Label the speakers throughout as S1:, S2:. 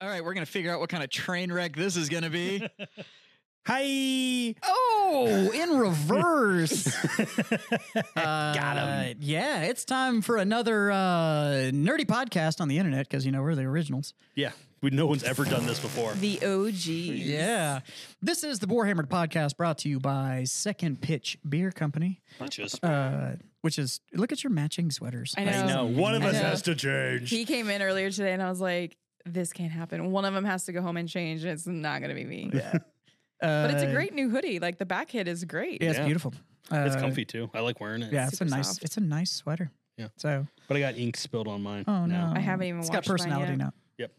S1: All right, we're gonna figure out what kind of train wreck this is gonna be.
S2: Hi.
S1: oh, in reverse.
S2: Got
S1: him. Yeah, it's time for another uh, nerdy podcast on the internet because you know we're the originals.
S2: Yeah. We, no one's ever done this before.
S3: The OG.
S1: Yeah, this is the Warhammered podcast brought to you by Second Pitch Beer Company,
S2: Which is-
S1: uh, which is look at your matching sweaters.
S3: I know.
S2: I know. One of
S3: I
S2: us
S3: know.
S2: has to change.
S3: He came in earlier today and I was like, this can't happen. One of them has to go home and change, and it's not going to be me.
S1: Uh,
S3: But it's a great new hoodie. Like the back hit is great.
S1: Yeah, it's
S2: Yeah.
S1: beautiful. Uh,
S2: It's comfy too. I like wearing it.
S1: Yeah, it's a
S3: Super
S1: nice.
S3: soft.
S1: It's a nice sweater.
S2: Yeah.
S1: So
S2: But I got ink spilled on mine.
S1: Oh no,
S3: I haven't even
S1: It's
S3: watched
S1: got
S3: mine
S1: personality
S3: yet.
S1: now.
S2: Yep.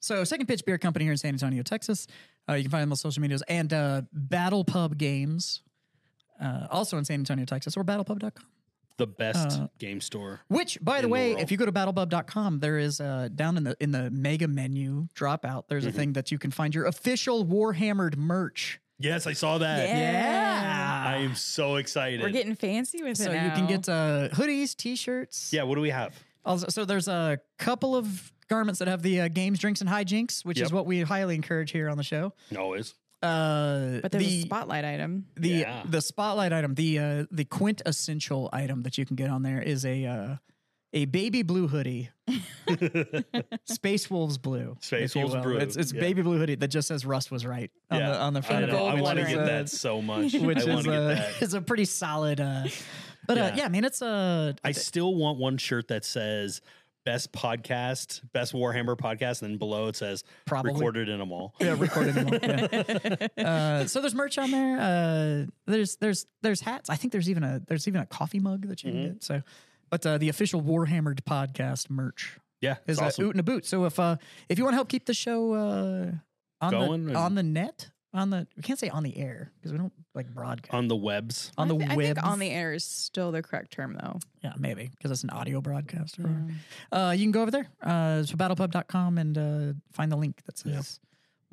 S1: So, Second Pitch Beer Company here in San Antonio, Texas. Uh, you can find them on social medias and uh, Battle Pub Games, uh, also in San Antonio, Texas, or battlepub.com.
S2: The best
S1: Uh.
S2: game store.
S1: Which, by the
S2: the
S1: way,
S2: world.
S1: if you go to battlepub.com, there is uh, down in the in the mega menu dropout. There's
S2: Mm-hmm.
S1: a thing that you can find your official Warhammered merch.
S2: Yes, I saw that.
S3: Yeah.
S2: I am so excited.
S3: We're getting fancy with it.
S1: So you
S3: now.
S1: can get uh, hoodies, t-shirts.
S2: yeah, what do we have?
S1: Also, so there's a couple of garments that have the uh, games, drinks, and hijinks, which is
S2: Yep.
S1: what we highly encourage here on the show.
S2: Always.
S1: Uh,
S3: But there's
S1: the
S3: a spotlight item.
S1: the
S2: Yeah.
S1: the spotlight item, the uh, the quintessential item that you can get on there is a uh, a baby blue hoodie, Space Wolves blue,
S2: Space
S1: if you
S2: Wolves
S1: will.
S2: blue,
S1: It's, it's
S2: yeah.
S1: baby blue hoodie that just says Rust was right on
S2: yeah.
S1: the on the front. of
S2: I,
S1: it,
S2: know. I
S1: which
S2: want to
S1: is,
S2: get
S1: uh,
S2: that so much.
S1: which
S2: I want
S1: is
S2: to
S1: uh,
S2: get that.
S1: is a pretty solid. Uh, but uh,
S2: Yeah.
S1: yeah, man, it's uh, a
S2: I still want one shirt that says best podcast, best Warhammer podcast, and then below it says
S1: Probably.
S2: recorded in a mall.
S1: Yeah, recorded them all. Yeah. Uh, so there's merch on there. Uh, there's there's there's hats. I think there's even a there's even a coffee mug that you
S2: Mm-hmm.
S1: can get. So, but uh, the official Warhammered podcast merch
S2: Yeah,
S1: is
S2: it's awesome.
S1: a oot and a boot. So if uh if you want to help keep the show uh on
S2: Going
S1: the
S2: and-
S1: on the net on the we can't say on the air because we don't like broadcast
S2: on the webs.
S1: on the
S3: I thi- I
S1: web
S3: think on the air is still the correct term, though.
S1: yeah maybe because it's an audio broadcast or whatever.
S2: Mm.
S1: uh you can go over there uh to battlepub.com and uh find the link that says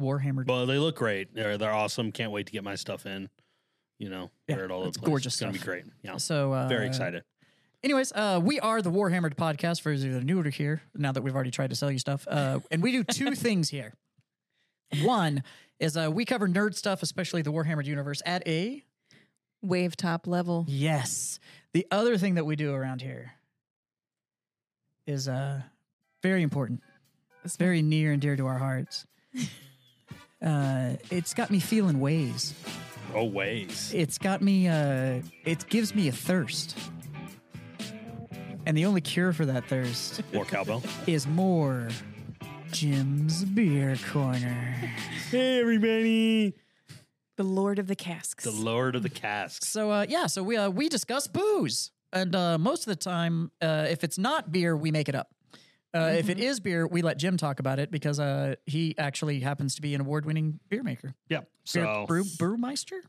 S1: Warhammered
S2: Well, they look great. They're, they're awesome. Can't wait to get my stuff in. You know,
S1: Yeah,
S2: wear it all over
S1: it's
S2: the place.
S1: gorgeous
S2: It's gonna be
S1: stuff.
S2: great. Yeah,
S1: so uh,
S2: very excited.
S1: Anyways, uh, we are the Warhammered podcast for those of you that are newer to here, now that we've already tried to sell you stuff. Uh, and we do two things here. One is uh, we cover nerd stuff, especially the Warhammered universe, at a
S3: Wave top level.
S1: yes. The other thing that we do around here is uh, very important. It's very near and dear to our hearts. Uh, it's got me feeling ways.
S2: Oh, Always.
S1: It's got me. Uh, it gives me a thirst, and the only cure for that thirst
S2: More cowbell.
S1: is more Jim's Beer Corner.
S2: hey, everybody.
S3: The Lord of the Casks.
S2: The Lord of the Casks.
S1: So uh, yeah, so we uh, we discuss booze, and uh, most of the time, uh, if it's not beer, we make it up. Uh, If
S3: Mm-hmm.
S1: it is beer, we let Jim talk about it because uh, he actually happens to be an award-winning beer maker,
S2: Yep.
S1: beer,
S2: So
S1: brew, brewmeister,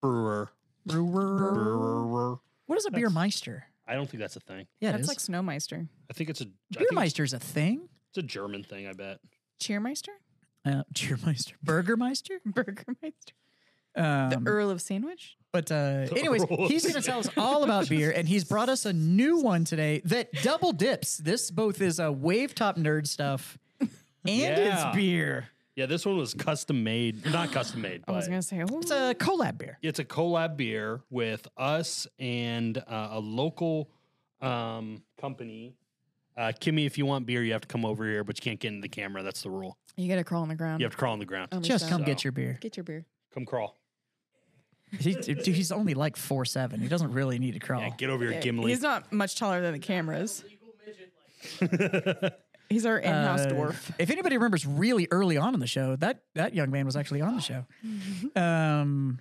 S2: brewer.
S1: brewer.
S2: Brewer.
S1: What is a beer meister?
S2: I don't think that's a thing.
S1: Yeah, it
S3: That's
S1: is.
S3: like Snowmeister.
S2: I think it's a I
S1: beer
S2: think it's,
S1: meister's a thing.
S2: it's a German thing. I bet.
S3: Cheermeister?
S1: Uh, Cheermeister, Burgermeister.
S3: Burgermeister?
S1: Um,
S3: the Earl of Sandwich?
S1: But uh, anyways,
S2: Earl of
S1: he's going to tell us all about beer, and he's brought us a new one today that double dips. This both is a wave top nerd stuff, and
S2: Yeah.
S1: it's beer.
S2: Yeah, this one was custom made. Not custom made,
S3: I was
S2: but
S3: going to say, oh,
S1: It's a collab beer.
S2: it's a collab beer with us and uh, a local um, company. Uh, Kimmy, if you want beer, you have to come over here, but you can't get in the camera. That's the rule.
S3: you got to crawl on the ground.
S2: You have to crawl on the ground.
S3: Oh,
S1: Just
S3: so-
S1: come
S2: So-
S1: get your beer.
S3: Get your beer.
S2: Come crawl.
S1: He, dude, he's only like four seven. He doesn't really need to crawl.
S2: Yeah, get over here,
S3: Oh. Yeah,
S2: Gimli.
S3: Uh, He's not much taller than the cameras. He's our in-house
S1: Uh,
S3: dwarf.
S1: If anybody remembers, really early on in the show, that that young man was actually on the show. Um.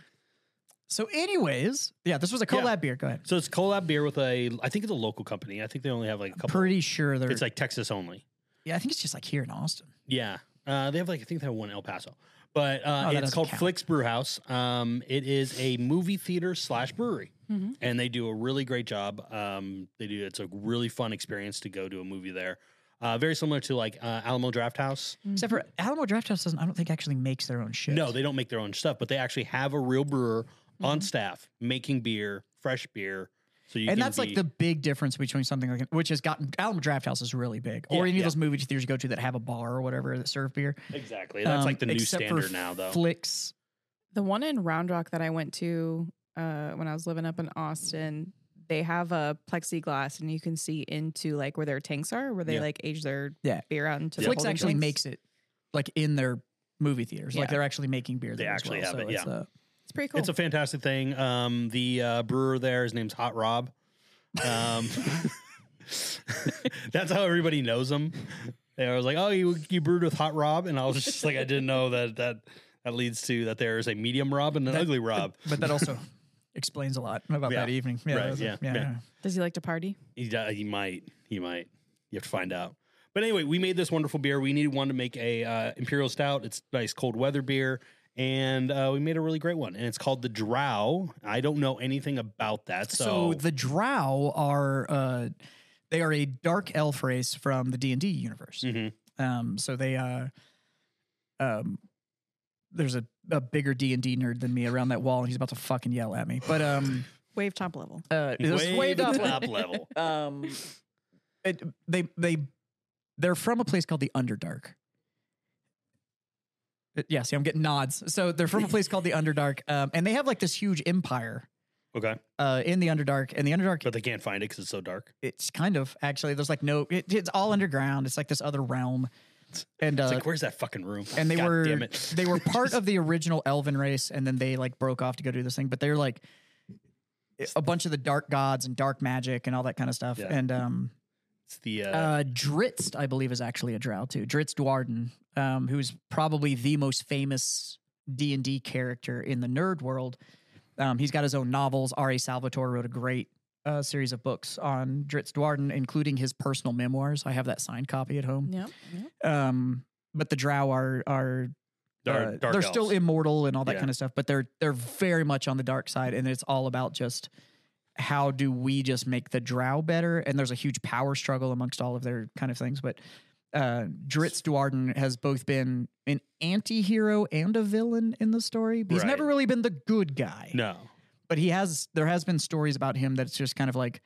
S1: So, anyways, yeah, this was a collab
S2: Yeah.
S1: beer. Go ahead.
S2: So it's collab beer with a. I think it's a local company. I think they only have like a couple.
S1: Pretty sure they're.
S2: It's like Texas only.
S1: yeah, I think it's just like here in Austin.
S2: Yeah. Uh, they have like I think they have one in El Paso, but uh,
S1: Oh, that
S2: it's
S1: doesn't
S2: called
S1: count.
S2: Flicks Brewhouse. Um, it is a movie theater slash brewery,
S1: Mm-hmm.
S2: and they do a really great job. Um, they do it's a really fun experience to go to a movie there. Uh, very similar to like uh, Alamo Draft House.
S1: Except for Alamo Draft House doesn't. I don't think actually makes their own shit.
S2: No, they don't make their own stuff, but they actually have a real brewer on staff making beer, fresh beer. So you
S1: Mm-hmm. and
S2: can
S1: that's like
S2: be-
S1: the big difference between something like which has gotten Alamo Draft House is really big, or
S2: Yeah,
S1: any
S2: yeah.
S1: of those movie theaters you go to that have a bar or whatever that serve beer.
S2: exactly that's
S1: Um,
S2: like the new
S1: except for
S2: standard now though.
S1: Flicks.
S3: The one in Round Rock that I went to uh, when I was living up in Austin, they have a plexiglass and you can see into like where their tanks are, where they
S2: Yeah.
S3: like age their
S1: Yeah.
S3: beer out into the
S1: Flicks
S3: holding
S1: actually
S3: tanks.
S1: makes it like in their movie theaters. Like
S3: Yeah.
S1: they're actually making beer
S2: They
S1: there as
S2: actually
S1: well.
S2: have
S1: so
S2: it,
S1: it's,
S2: yeah.
S1: uh,
S3: it's pretty cool.
S2: It's a fantastic thing. Um, the uh, brewer there, his name's Hot Rob. Um, that's how everybody knows him. They was like, "Oh, you you brewed with Hot Rob," and I was just like, "I didn't know that that that leads to that there is a medium Rob and an
S1: That-
S2: ugly Rob."
S1: but that also explains a lot about
S2: Yeah.
S1: that evening. Yeah,
S2: Right,
S1: that was a-
S2: yeah, yeah.
S3: Does he like to party?
S2: He, d- he might. He might. You have to find out. But anyway, we made this wonderful beer. We needed one to make a uh, imperial stout. It's nice cold weather beer, and uh, we made a really great one. And it's called the Drow. I don't know anything about that, so,
S1: So the Drow are uh, they are a dark elf race from the D and D universe.
S2: Mhm.
S1: Um, so they uh, um, there's a, a bigger D and D nerd than me around that wall, and he's about to fucking yell at me. But um,
S3: Wave top level.
S1: uh, it was
S2: way,
S1: way
S2: the
S1: up.
S2: top level.
S1: Um, it, they they they're from a place called the Underdark. Uh, Yeah, see, I'm getting nods. So they're from a place called the Underdark, um, and they have like this huge empire
S2: Okay,
S1: uh, in the Underdark. And the Underdark
S2: but they can't find it because it's so dark.
S1: it's kind of actually there's like no it, it's all underground it's like this other realm and uh
S2: It's like, where's that fucking room?
S1: and they
S2: God
S1: were
S2: damn it.
S1: they were part of the original elven race and then they like broke off to go do this thing but they're like a bunch of the dark gods and dark magic and all that kind of stuff
S2: Yeah.
S1: and um
S2: It's the uh,
S1: uh dritzt i believe is actually a drow too dritzt dwarden um who's probably the most famous d&d character in the nerd world um he's got his own novels ra salvatore wrote a great uh, series of books on dritz dwarden including his personal memoirs i have that signed copy at home
S3: Yep.
S1: um but the drow are are
S2: dark,
S1: uh,
S2: dark
S1: they're
S2: elves.
S1: still immortal and all that
S2: Yeah.
S1: kind of stuff, but they're they're very much on the dark side, and it's all about just how do we just make the drow better? And there's a huge power struggle amongst all of their kind of things. But uh, Dritz Duarden has both been an anti-hero and a villain in the story. But he's
S2: Right.
S1: never really been the good guy.
S2: no.
S1: But he has there has been stories about him that's just kind of like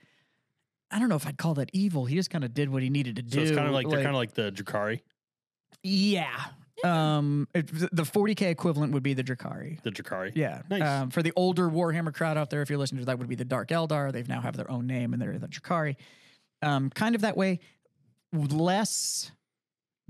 S1: I don't know if I'd call that evil. He just kind of did what he needed to
S2: So
S1: do.
S2: it's kind of like, they're kind of like the Drakari,
S1: yeah. Um, it, the 40k equivalent would be the Drakari.
S2: the Drakari.
S1: Yeah.
S2: Nice.
S1: Um, for the older Warhammer crowd out there, if you're listening to that, would be the Dark Eldar. They've now have their own name and they're the Drakari. Um, kind of that way, less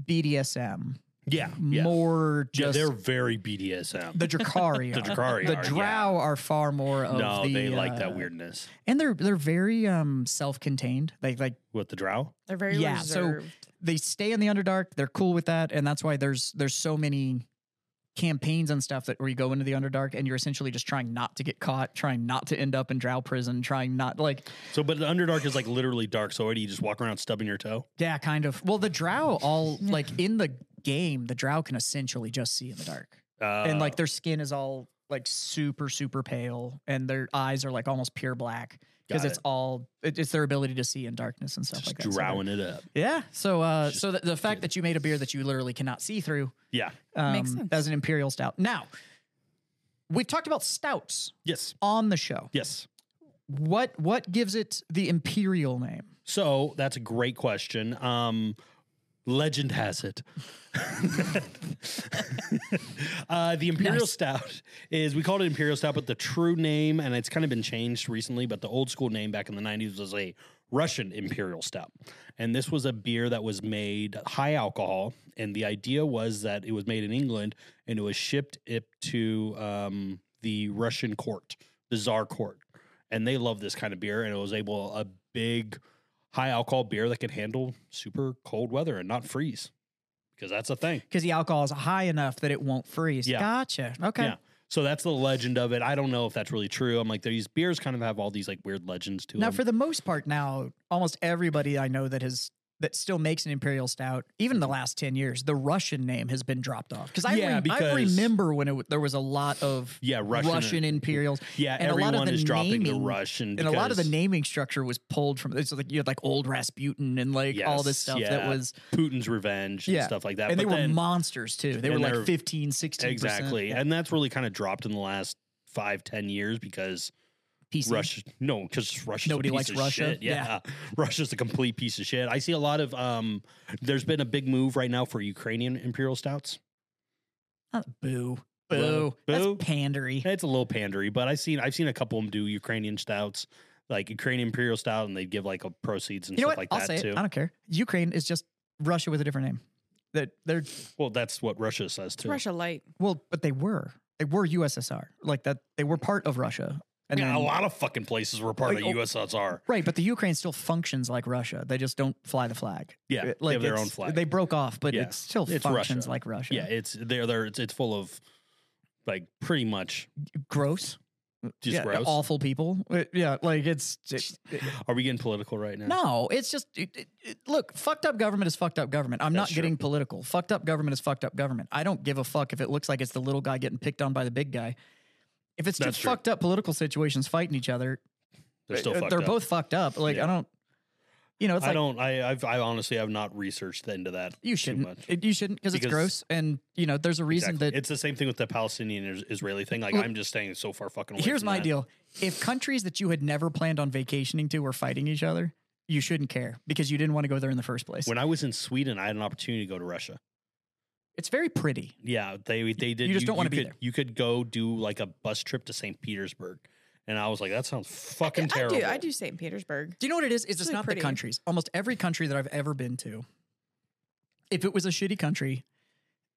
S1: BDSM,
S2: yeah, yeah.
S1: more
S2: Yeah,
S1: just
S2: they're very BDSM.
S1: the Drakari.
S2: The
S1: are.
S2: Drakari,
S1: The
S2: are,
S1: Drow
S2: yeah.
S1: are far more of
S2: No,
S1: the,
S2: they like
S1: uh,
S2: that weirdness.
S1: and they're they're very um self-contained. Like like
S2: With the drow?
S3: They're very
S1: Yeah, so-
S3: reserved.
S1: they stay in the underdark. They're cool with that, and that's why there's there's so many campaigns and stuff that where you go into the underdark and you're essentially just trying not to get caught, trying not to end up in Drow prison, trying not like
S2: So, but the Underdark is like literally dark. So, already you just walk around stubbing your toe.
S1: Yeah, kind of. Well, the drow all like in the game, the drow can essentially just see in the dark.
S2: Uh,
S1: and like their skin is all like super super pale and their eyes are like almost pure black because
S2: Got
S1: it's
S2: it.
S1: all it- it's their ability to see in darkness and stuff
S2: just
S1: like that. So they're-
S2: drowing it up.
S1: yeah. So uh
S2: Just
S1: so the, the fact
S2: kidding.
S1: that you made a beer that you literally cannot see through
S2: Yeah.
S1: um
S3: Makes sense.
S1: as an imperial stout. Now, we've talked about stouts
S2: Yes.
S1: on the show.
S2: Yes.
S1: What what gives it the imperial name?
S2: So that's a great question. Um, legend has it. uh, the Imperial
S1: Nice.
S2: Stout is, we called it Imperial Stout, but the true name, and it's kind of been changed recently, but the old school name back in the 90s was a Russian Imperial Stout. And this was a beer that was made high alcohol. And the idea was that it was made in England and it was shipped it to um, the Russian court, the Tsar court. And they love this kind of beer. And it was able, a big, high alcohol beer that can handle super cold weather and not freeze because that's a thing.
S1: Because the alcohol is high enough that it won't freeze.
S2: Yeah.
S1: Gotcha. Okay.
S2: Yeah. So that's the legend of it. I don't know if that's really true. I'm like these beers kind of have all these like weird legends to
S1: Now,
S2: them.
S1: for the most part, now almost everybody I know that has that still makes an imperial stout, even the last ten years, the Russian name has been dropped off because I,
S2: Yeah,
S1: rem- I
S2: because-
S1: remember when it, w- there was a lot of
S2: yeah, Russian,
S1: Russian, imperials,
S2: Yeah,
S1: and a lot of
S2: everyone
S1: the
S2: is dropping
S1: naming-
S2: the Russian
S1: and a lot of the
S2: because
S1: naming structure was pulled from. It's like you had like old Rasputin and like all this
S2: Yes,
S1: stuff
S2: yeah.
S1: that was,
S2: Putin's revenge and
S1: Yeah.
S2: stuff like that.
S1: and
S2: but
S1: they were
S2: then,
S1: monsters too. They
S2: and
S1: were
S2: they're-
S1: like 15, 16
S2: exactly, and that's really kind of dropped in the last five ten years because
S1: PC.
S2: Russia. No, because Russia's
S1: Nobody
S2: a piece
S1: likes
S2: of
S1: Russia?
S2: Shit. Yeah. Russia's a complete piece of shit. I see a lot of. Um, there's been a big move right now for Ukrainian imperial stouts.
S1: Not- boo. Boo.
S2: Really?
S1: That's
S2: Boo?
S1: pandery.
S2: It's a little pandery, but I've seen I've seen a couple of them do Ukrainian stouts, like Ukrainian imperial stout, and they give like a proceeds and
S1: You know what?
S2: stuff like
S1: I'll
S2: that
S1: say
S2: too.
S1: it. I don't care. Ukraine is just Russia with a different name. That they're
S2: Well, that's what Russia says
S3: It's
S2: too.
S3: Russia light.
S1: well, but they were they were USSR like that. They were part of Russia. And
S2: yeah,
S1: then-
S2: a lot of fucking places were part
S1: Like,
S2: of
S1: oh-
S2: USSR.
S1: Right, but the Ukraine still functions like Russia. They just don't fly the flag.
S2: Yeah,
S1: It-
S2: they have their
S1: it's-
S2: own flag.
S1: They broke off, but
S2: Yeah,
S1: it still
S2: it's
S1: functions
S2: Russia.
S1: like Russia.
S2: yeah, it's they're, they're it's, it's full of like pretty much
S1: gross.
S2: just
S1: yeah,
S2: gross.
S1: Awful people. Uh, yeah, like it's it-
S2: Are we getting political right now?
S1: no. It's just it- it- it- look. Fucked up government is fucked up government. I'm
S2: That's
S1: not getting political. Fucked up government is fucked up government. I don't give a fuck if it looks like it's the little guy getting picked on by the big guy. If it's two
S2: That's true.
S1: fucked up political situations fighting each other,
S2: they're still
S1: uh,
S2: fucked
S1: they're
S2: up.
S1: both fucked up. Like
S2: Yeah.
S1: I don't. You know, it's
S2: I
S1: like
S2: don't. I I've, I honestly have not researched into that.
S1: you
S2: much.
S1: shouldn't. It- You shouldn't because it's
S2: Because-
S1: gross, and you know there's a reason
S2: Exactly.
S1: that
S2: it's the same thing with the Palestinian is- Israeli thing. Like
S1: Look-
S2: I'm just staying so far fucking. Away
S1: Here's
S2: from
S1: my
S2: that.
S1: deal. If countries that you had never planned on vacationing to were fighting each other, you shouldn't care because you didn't want to go there in the first place.
S2: When I was in Sweden, I had an opportunity to go to Russia.
S1: it's very pretty.
S2: Yeah, they they did.
S1: You just don't wanna be
S2: could-
S1: there.
S2: You could go do like a bus trip to St. Petersburg, and I was like, that sounds fucking
S3: I
S2: terrible.
S3: do. I do St. Petersburg.
S1: Do you know what it is? It's just
S3: really
S1: not
S3: pretty.
S1: the countries. Almost every country that I've ever been to, if it was a shitty country,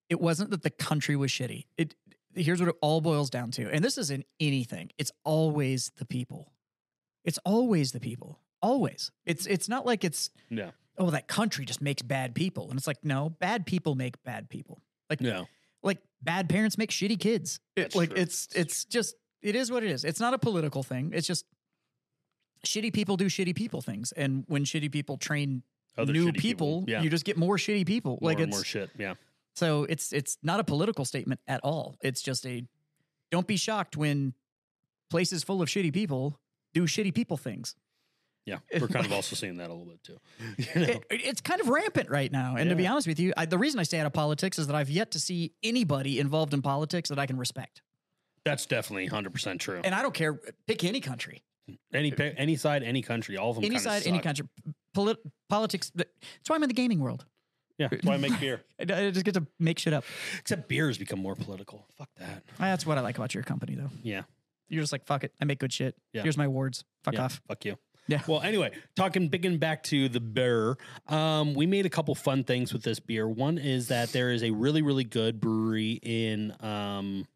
S1: it wasn't that the country was shitty. It here's what it all boils down to. And this isn't anything. It's always the people. It's always the people. Always. It's it's not like it's
S2: No,
S1: oh that country just makes bad people. And it's like no, bad people make bad people. Like
S2: no.
S1: like bad parents make shitty kids. It-
S2: That's
S1: like
S2: true.
S1: it's it's just it is what it is. It's not a political thing. It's just shitty people do shitty people things, and when shitty people train
S2: Other
S1: new
S2: shitty
S1: people,
S2: Yeah,
S1: you just get more shitty people. like it's
S2: more and more shit. Yeah,
S1: so it's it's not a political statement at all. It's just a don't be shocked when places full of shitty people do shitty people things.
S2: yeah. We're kind of also seeing that a little bit too. You know?
S1: It, it's kind of rampant right now. And to be
S2: Yeah.
S1: honest with you, I, the reason I stay out of politics is that I've yet to see anybody involved in politics that I can respect.
S2: That's definitely hundred percent true.
S1: And I don't care. Pick any country.
S2: Any pa- any side, any country, all of them.
S1: any
S2: kinda
S1: side, any
S2: suck.
S1: country, polit- politics. th- That's why I'm in the gaming world.
S2: Yeah, that's why I make beer.
S1: I, I just get to make shit up. Ah,
S2: Except beer has become more political. Fuck that.
S1: That's what I like about your company, though.
S2: Yeah.
S1: You're just like, fuck it. I make good shit.
S2: Yeah.
S1: Here's my awards. Fuck
S2: Yeah,
S1: off.
S2: Fuck you.
S1: Yeah.
S2: Well, anyway, talking big and back to the beer, um, we made a couple fun things with this beer. One is that there is a really, really good brewery in um,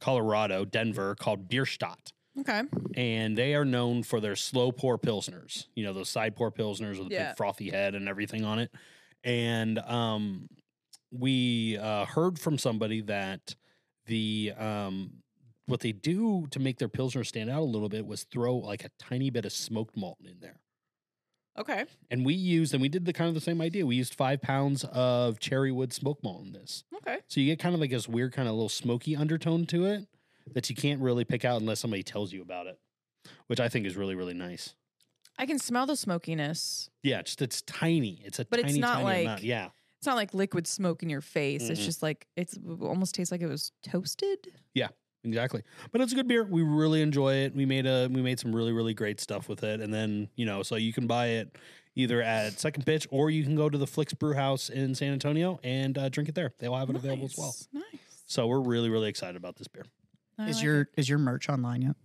S2: Colorado, Denver, called Bierstadt.
S3: Okay.
S2: And they are known for their slow pour pilsners, you know, those side pour pilsners with a
S3: Yeah.
S2: big frothy head and everything on it. And um, we uh, heard from somebody that the um, what they do to make their pilsner stand out a little bit was throw like a tiny bit of smoked malt in there.
S3: Okay.
S2: And we used, and we did the kind of the same idea. We used five pounds of cherry wood smoke malt in this,
S3: Okay.
S2: so you get kind of like this weird kind of little smoky undertone to it that you can't really pick out unless somebody tells you about it, which I think is really really nice.
S3: I can smell the smokiness.
S2: Yeah, it's, it's tiny. It's a
S3: But it's
S2: tiny,
S3: not
S2: tiny
S3: like-
S2: amount. Yeah,
S3: It's not like liquid smoke in your face. It's
S2: Mm-mm.
S3: just like it's it almost tastes like it was toasted.
S2: Exactly. But it's a good beer. We really enjoy it. We made a we made some really really great stuff with it and then, you know, so you can buy it either at Second Pitch or you can go to the Flicks Brew House in San Antonio and uh, drink it there. They'll have it available as well.
S3: Nice.
S2: So we're really really excited about this beer.
S3: I
S1: Is
S3: like
S1: your
S3: it.
S1: is your merch online yet?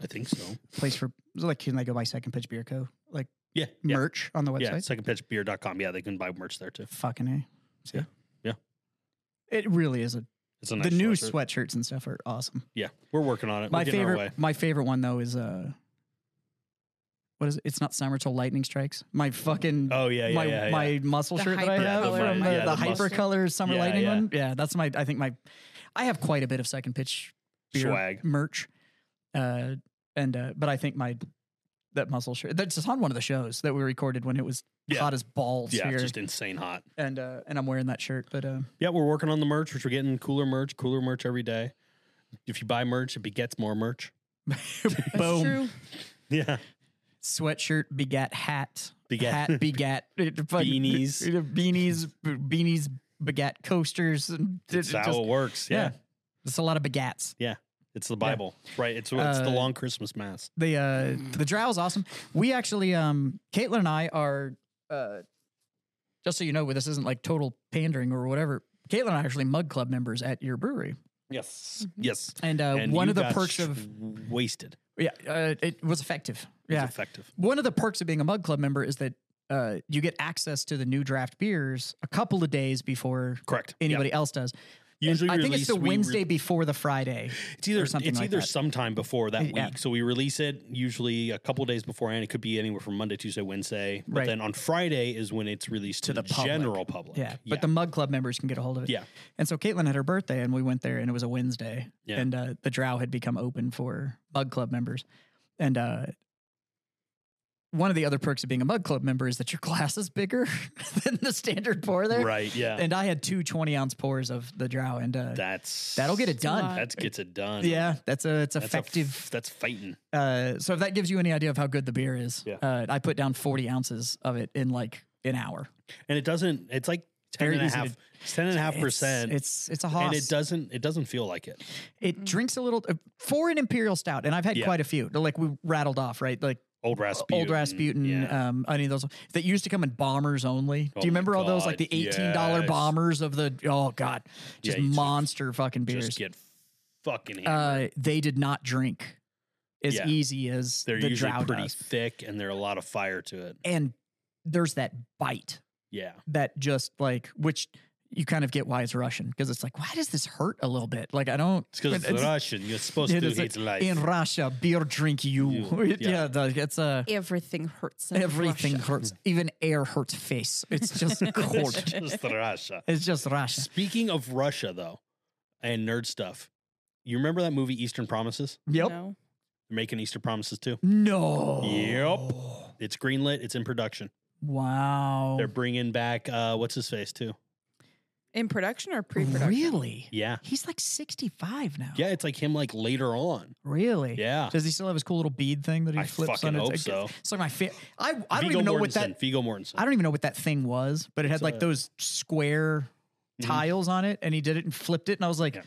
S2: I think so.
S1: Place for like, can they go by Second Pitch Beer Co. Like
S2: Yeah. Yeah.
S1: merch on the website?
S2: Yeah, secondpitchbeer.com. Yeah, they can buy merch there too.
S1: Fucking a. See?
S2: Yeah. Yeah.
S1: It really is a.
S2: It's a nice
S1: the new
S2: sweatshirt.
S1: sweatshirts and stuff are awesome.
S2: Yeah, we're working on it.
S1: my
S2: we're getting our way.
S1: favorite my favorite one though is uh what is it? It's not summer till lightning strikes. My fucking
S2: Oh yeah, yeah,
S1: my
S2: yeah. yeah.
S1: my muscle
S3: The
S1: shirt that I
S3: hyper
S1: have
S2: color
S1: from
S2: one.
S1: the,
S2: Yeah,
S1: the
S2: the
S1: hyper
S2: muscle.
S1: color summer
S2: Yeah,
S1: lightning
S2: yeah.
S1: one. Yeah, that's my I think my I have quite a bit of second pitch beer
S2: swag.
S1: merch. Uh and uh but I think my that muscle shirt that's just on one of the shows that we recorded when it was
S2: Yeah.
S1: hot as balls
S2: Yeah,
S1: here.
S2: just insane hot.
S1: and uh and I'm wearing that shirt. But uh
S2: Yeah, we're working on the merch, which we're getting cooler merch, cooler merch every day. If you buy merch, it begets more merch.
S3: That's
S1: boom.
S3: true.
S2: Yeah.
S1: sweatshirt begat hat.
S2: Begat-
S1: hat begat it- fuck-
S2: Beanies.
S1: Beanies b- beanies begat coasters and it-
S2: That's
S1: it
S2: how
S1: just-
S2: it works.
S1: yeah.
S2: Yeah.
S1: It's a lot of begats.
S2: Yeah. It's the Bible, right? It's, it's the
S1: Uh,
S2: long Christmas mass.
S1: the
S2: Mm.
S1: uh the drow is awesome. We actually um Caitlin and I are uh just so you know, this isn't like total pandering or whatever. Caitlin and I are actually mug club members at your brewery,
S2: Yes, yes.
S1: and, uh,
S2: And
S1: one
S2: you
S1: of the
S2: got
S1: perks
S2: sh-
S1: of
S2: wasted.
S1: yeah, uh, it was effective.
S2: It's
S1: Yeah,
S2: effective.
S1: one of the perks of being a mug club member is that uh you get access to the new draft beers a couple of days before
S2: Correct. Yeah.
S1: anybody else does. And
S2: Usually
S1: I think it's
S2: release-
S1: the
S2: we re-
S1: Wednesday before the Friday.
S2: It's either
S1: or something
S2: it's
S1: like
S2: either
S1: that.
S2: sometime before that
S1: Yeah.
S2: week. So we release it usually a couple days beforehand. It could be anywhere from Monday, Tuesday, Wednesday. But
S1: Right.
S2: then on Friday is when it's released to,
S1: the
S2: the,
S1: public.
S2: general public.
S1: Yeah, but the Mug Club members can get a hold of it.
S2: Yeah.
S1: And so Caitlin had her birthday, and we went there, and it was a Wednesday,
S2: Yeah.
S1: and uh, the Drow had become open for Mug Club members, and uh, one of the other perks of being a Mug Club member is that your glass is bigger than the standard pour there.
S2: right. Yeah,
S1: And I had two 20 ounce pours of the Drow, and uh,
S2: that's
S1: that'll get it
S3: a
S1: done.
S3: lot.
S2: That gets it done.
S1: Yeah, that's a it's
S2: That's a f-
S1: effective.
S2: that's fighting.
S1: uh, so if that gives you any idea of how good the beer is,
S2: Yeah.
S1: uh, I put down 40 ounces of it in like an hour.
S2: and it doesn't it's like 10
S1: very
S2: and a
S1: easy
S2: half
S1: to-
S2: it's 10 and a half
S1: It's-
S2: percent
S1: It's it's a hoss.
S2: and it doesn't it doesn't feel like it
S1: It drinks a little uh, for an imperial stout, and I've had
S2: Yeah.
S1: quite a few. They're Like we rattled off, right? Like
S2: old rasputin
S1: old Rasputin,
S2: yeah.
S1: um, any of those that used to come in bombers only.
S2: Oh
S1: Do you
S2: my
S1: remember all those like the
S2: God,
S1: eighteen dollar
S2: yes.
S1: bombers of the oh god, just
S2: Yeah, you just-
S1: monster fucking beers.
S2: just get fucking hammered.
S1: uh, they did not drink as
S2: Yeah.
S1: easy as
S2: they're
S1: the
S2: usually
S1: drow
S2: pretty
S1: does,
S2: thick and they're a lot of fire to it
S1: and there's that bite
S2: yeah
S1: that just like which you kind of get why it's Russian because it's like why does this hurt a little bit? Like I don't.
S2: it's because it's,
S1: it's-
S2: russian you're supposed
S1: it
S2: to
S1: is, like,
S2: hate life
S1: in Russia, beer drink you.
S2: You,
S1: yeah,
S2: yeah.
S1: the, it's a
S3: Everything hurts. in
S1: everything
S3: Russia.
S1: hurts. Even air hurts face. It's just
S2: It's
S1: court.
S2: just russia
S1: It's just Russia.
S2: speaking of russia though and nerd stuff you remember that movie eastern promises
S1: Yep.
S3: No.
S2: they're making eastern promises too
S1: No.
S2: Yep. it's greenlit it's in production
S1: Wow.
S2: they're bringing back uh what's his face too
S3: In production or pre-production?
S1: really?
S2: yeah
S1: He's like 65 now.
S2: yeah it's like him like later on
S1: Really?
S2: yeah
S1: Does he still have his cool little bead thing that he
S2: I
S1: flips
S2: fucking
S1: on?
S2: hope
S1: his,
S2: so.
S1: It's like my fa- I, I don't even know what that
S2: Vigo Mortensen.
S1: I don't even know what that thing was, but it had
S2: It's
S1: like
S2: a-
S1: those square
S2: Mhm.
S1: tiles on it, and he did it and flipped it, and I was like,
S2: Yeah.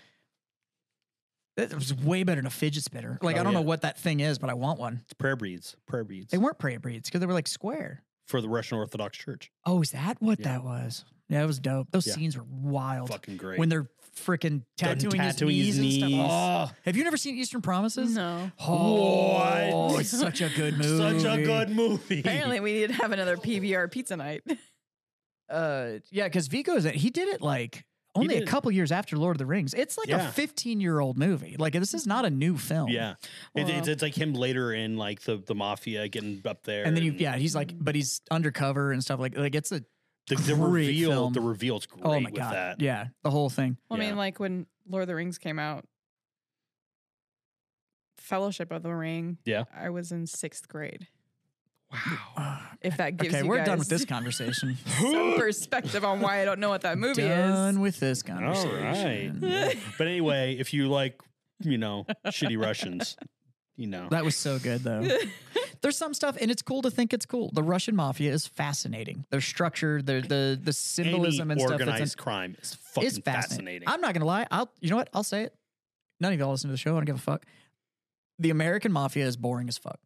S1: that was way better than a fidget spinner. Like
S2: Oh,
S1: I don't know
S2: yeah.
S1: what that thing is, but I want one.
S2: It's prayer beads. Prayer beads
S1: They weren't prayer beads because they were like square.
S2: for the Russian Orthodox Church.
S1: Oh, is that what
S2: Yeah.
S1: that was? Yeah, it was dope. Those
S2: Yeah.
S1: scenes were wild.
S2: Fucking great.
S1: When they're freaking tattooing,
S2: tattooing
S1: his knees,
S2: his
S1: and
S2: knees. Ah,
S1: stuff. Oh, have you never seen Eastern Promises?
S3: No.
S1: Oh,
S2: What?
S1: it's such a good movie.
S2: Such a good movie.
S3: Apparently, we need to have another PBR pizza night.
S1: Uh, yeah, because Vigo's he did it like
S2: He
S1: only a
S2: did it-
S1: couple years after Lord of the Rings. It's like a
S2: Yeah.
S1: 15 year old movie. Like this is not a new film.
S2: Yeah, it, it's,
S3: Well-
S2: it's like him later in like the, the mafia getting up there,
S1: And then you, yeah, he's like, but he's undercover and stuff like like it's a
S2: the, the
S1: great
S2: reveal.
S1: film.
S2: The reveal's great
S1: oh my
S2: with
S1: god,
S2: that.
S1: yeah, the whole thing.
S3: Well, I
S2: Yeah.
S3: mean, like when Lord of the Rings came out, Fellowship of the Ring.
S2: Yeah.
S3: I was in sixth grade.
S2: Wow.
S1: Ah,
S3: If that gives
S1: okay,
S3: you
S1: we're
S3: guys
S1: done with this conversation.
S3: some perspective on why I don't know what that movie
S1: done
S3: is.
S1: with this
S2: All right.
S1: conversation.
S2: Yeah. but anyway, if you like, you know, shitty Russians, you know,
S1: That was so good though. There's some stuff, and it's cool to think it's cool. The Russian mafia is fascinating. Their structure, their the the symbolism
S2: any
S1: and stuff
S2: organized
S1: that's
S2: crime is
S1: in,
S2: fucking
S1: is fascinating.
S2: fascinating.
S1: I'm not gonna lie. I'll you know what? I'll say it. None of y'all listen to the show. I don't give a fuck. The American mafia is boring as fuck.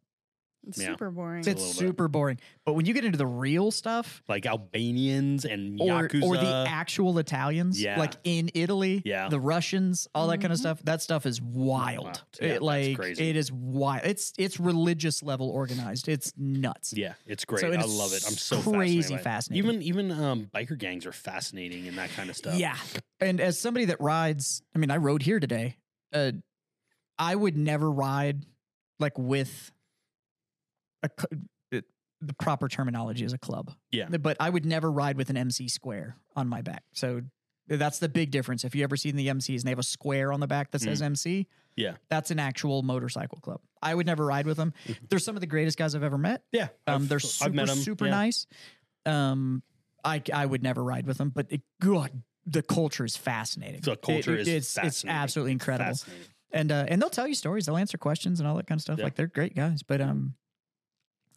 S3: It's
S2: Yeah.
S3: super boring.
S1: It's
S2: little bit.
S1: super boring. But when you get into the real stuff,
S2: like Albanians and
S1: or,
S2: Yakuza.
S1: or the actual Italians,
S2: Yeah.
S1: like in Italy,
S2: Yeah.
S1: the Russians, all that kind of stuff. That stuff is
S2: Wow.
S1: wild.
S2: Yeah,
S1: It,
S2: that's
S1: like
S2: crazy.
S1: it is wild. It's it's religious level organized. It's nuts.
S2: Yeah, it's great.
S1: So
S2: I
S1: it's
S2: love it. I'm so
S1: crazy
S2: fascinated by it.
S1: fascinating.
S2: Even even um, biker gangs are fascinating and that kind of stuff.
S1: Yeah. And as somebody that rides, I mean, I rode here today. Uh, I would never ride like with a cl- it- the proper terminology is a club.
S2: Yeah.
S1: But I would never ride with an MC square on my back. So that's the big difference. If you ever seen the MCs and they have a square on the back that says MC,
S2: Mm. Yeah.
S1: that's an actual motorcycle club. I would never ride with them. They're some of the greatest guys I've ever met.
S2: yeah.
S1: Um,
S2: I've-
S1: they're
S2: I've
S1: super,
S2: met 'em.
S1: super
S2: Yeah.
S1: nice. Um, I, I would never ride with them, but it, God, the culture is fascinating.
S2: The culture
S1: is
S2: is
S1: it's, it's
S2: fascinating.
S1: absolutely incredible.
S2: Fascinating.
S1: And uh, and they'll tell you stories. They'll answer questions and all that kind of stuff.
S2: Yeah.
S1: Like they're great guys. But um,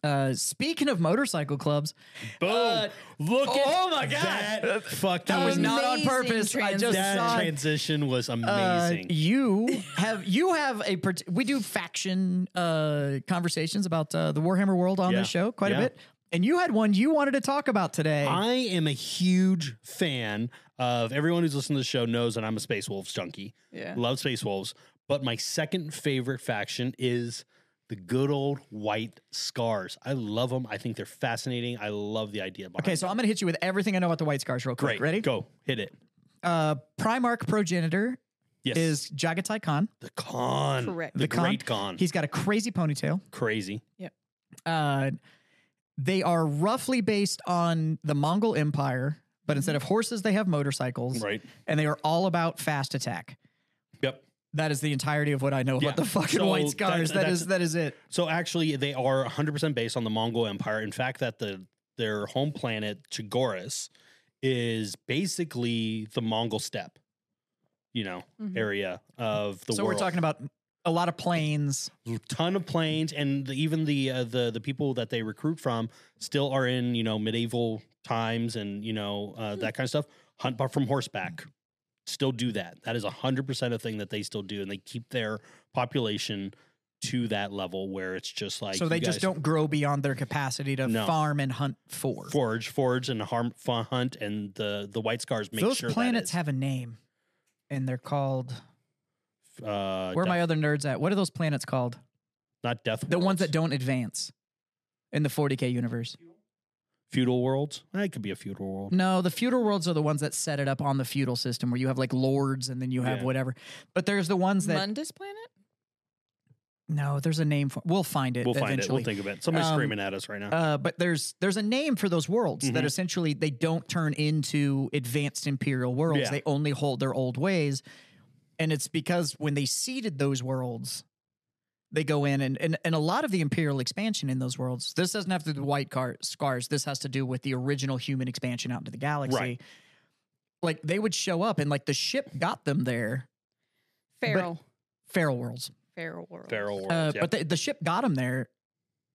S1: Uh, speaking of motorcycle clubs,
S2: Boom!
S1: Uh,
S2: Look at
S1: oh my God.
S2: that! Fuck, that
S1: that was
S2: was
S1: not on
S3: Amazing
S1: purpose. I just
S2: that
S1: saw it.
S2: transition was
S1: Uh,
S2: amazing.
S1: you have you have a part- we do faction uh, conversations about uh, the Warhammer world on
S2: Yeah.
S1: this show quite a
S2: Yeah.
S1: bit, and you had one you wanted to talk about today.
S2: I am a huge fan of everyone who's listened to the show knows that I'm a Space Wolves junkie.
S3: Yeah.
S2: Love Space Wolves. But my second favorite faction is the good old white scars. I love them. I think they're fascinating. I love the idea behind
S1: okay, so I'm going to hit you with everything I know about the White Scars real quick.
S2: Great.
S1: Ready?
S2: Go. Hit it.
S1: Uh, Primarch Progenitor
S2: Yes.
S1: is Jagatai Khan.
S2: the con.
S3: Correct.
S2: The,
S1: The con.
S2: great con.
S1: He's got a crazy ponytail.
S2: crazy.
S1: Uh, they are roughly based on the Mongol Empire, but instead of horses, they have motorcycles,
S2: Right.
S1: and they are all about fast attack.
S2: Yep.
S1: That is the entirety of what I know
S2: Yeah.
S1: about the fucking
S2: So
S1: White Scars.
S2: that's-
S1: that
S2: that's-
S1: is that is it.
S2: So actually, they are 100% based on the Mongol Empire. In fact, that the their home planet Chigoris is basically the Mongol steppe, you know,
S3: Mhm.
S2: area of the
S1: Mm-hmm. so
S2: world.
S1: we're talking about a lot of planes.
S2: ton of planes, and the, even the uh, the the people that they recruit from still are in you know medieval times and you know uh,
S1: Hmm.
S2: that kind of stuff. Hunt bar from horseback, still do that. That is hundred percent a thing that they still do, and they keep their population to that level where it's just like
S1: so they
S2: you
S1: just
S2: guys-
S1: don't grow beyond their capacity to
S2: No.
S1: farm and hunt for.
S2: forge, forge, and harm fun hunt, and the the white scars make
S1: Those
S2: sure
S1: planets
S2: that
S1: have a name, and they're called.
S2: is, uh,
S1: Where are
S2: death,
S1: my other nerds at? What are those planets called?
S2: not death
S1: The
S2: worlds.
S1: ones that don't advance in the 40k universe.
S2: feudal worlds. Eh, It could be a feudal world.
S1: No, the feudal worlds are the ones that set it up on the feudal system, where you have like lords and then you have
S2: Yeah.
S1: whatever. But there's the ones that
S3: Mundus planet?
S1: no, there's a name for. We'll find it.
S2: We'll find
S1: Mm, eventually.
S2: it. We'll think of it. Somebody's
S1: Um,
S2: screaming at us right now.
S1: Uh, but there's there's a name for those worlds that
S2: Mhm.
S1: essentially they don't turn into advanced imperial worlds.
S2: Yeah.
S1: They only hold their old ways, and it's because when they seeded those worlds, they go in and and, and a lot of the imperial expansion in those worlds. This doesn't have to do with white car, scars. This has to do with the original human expansion out into the galaxy.
S2: Right.
S1: Like they would show up and like the ship got them there,
S3: Feral.
S1: feral worlds.
S3: Feral world.
S2: feral worlds.
S1: Uh,
S2: yeah.
S1: But the, the ship got them there,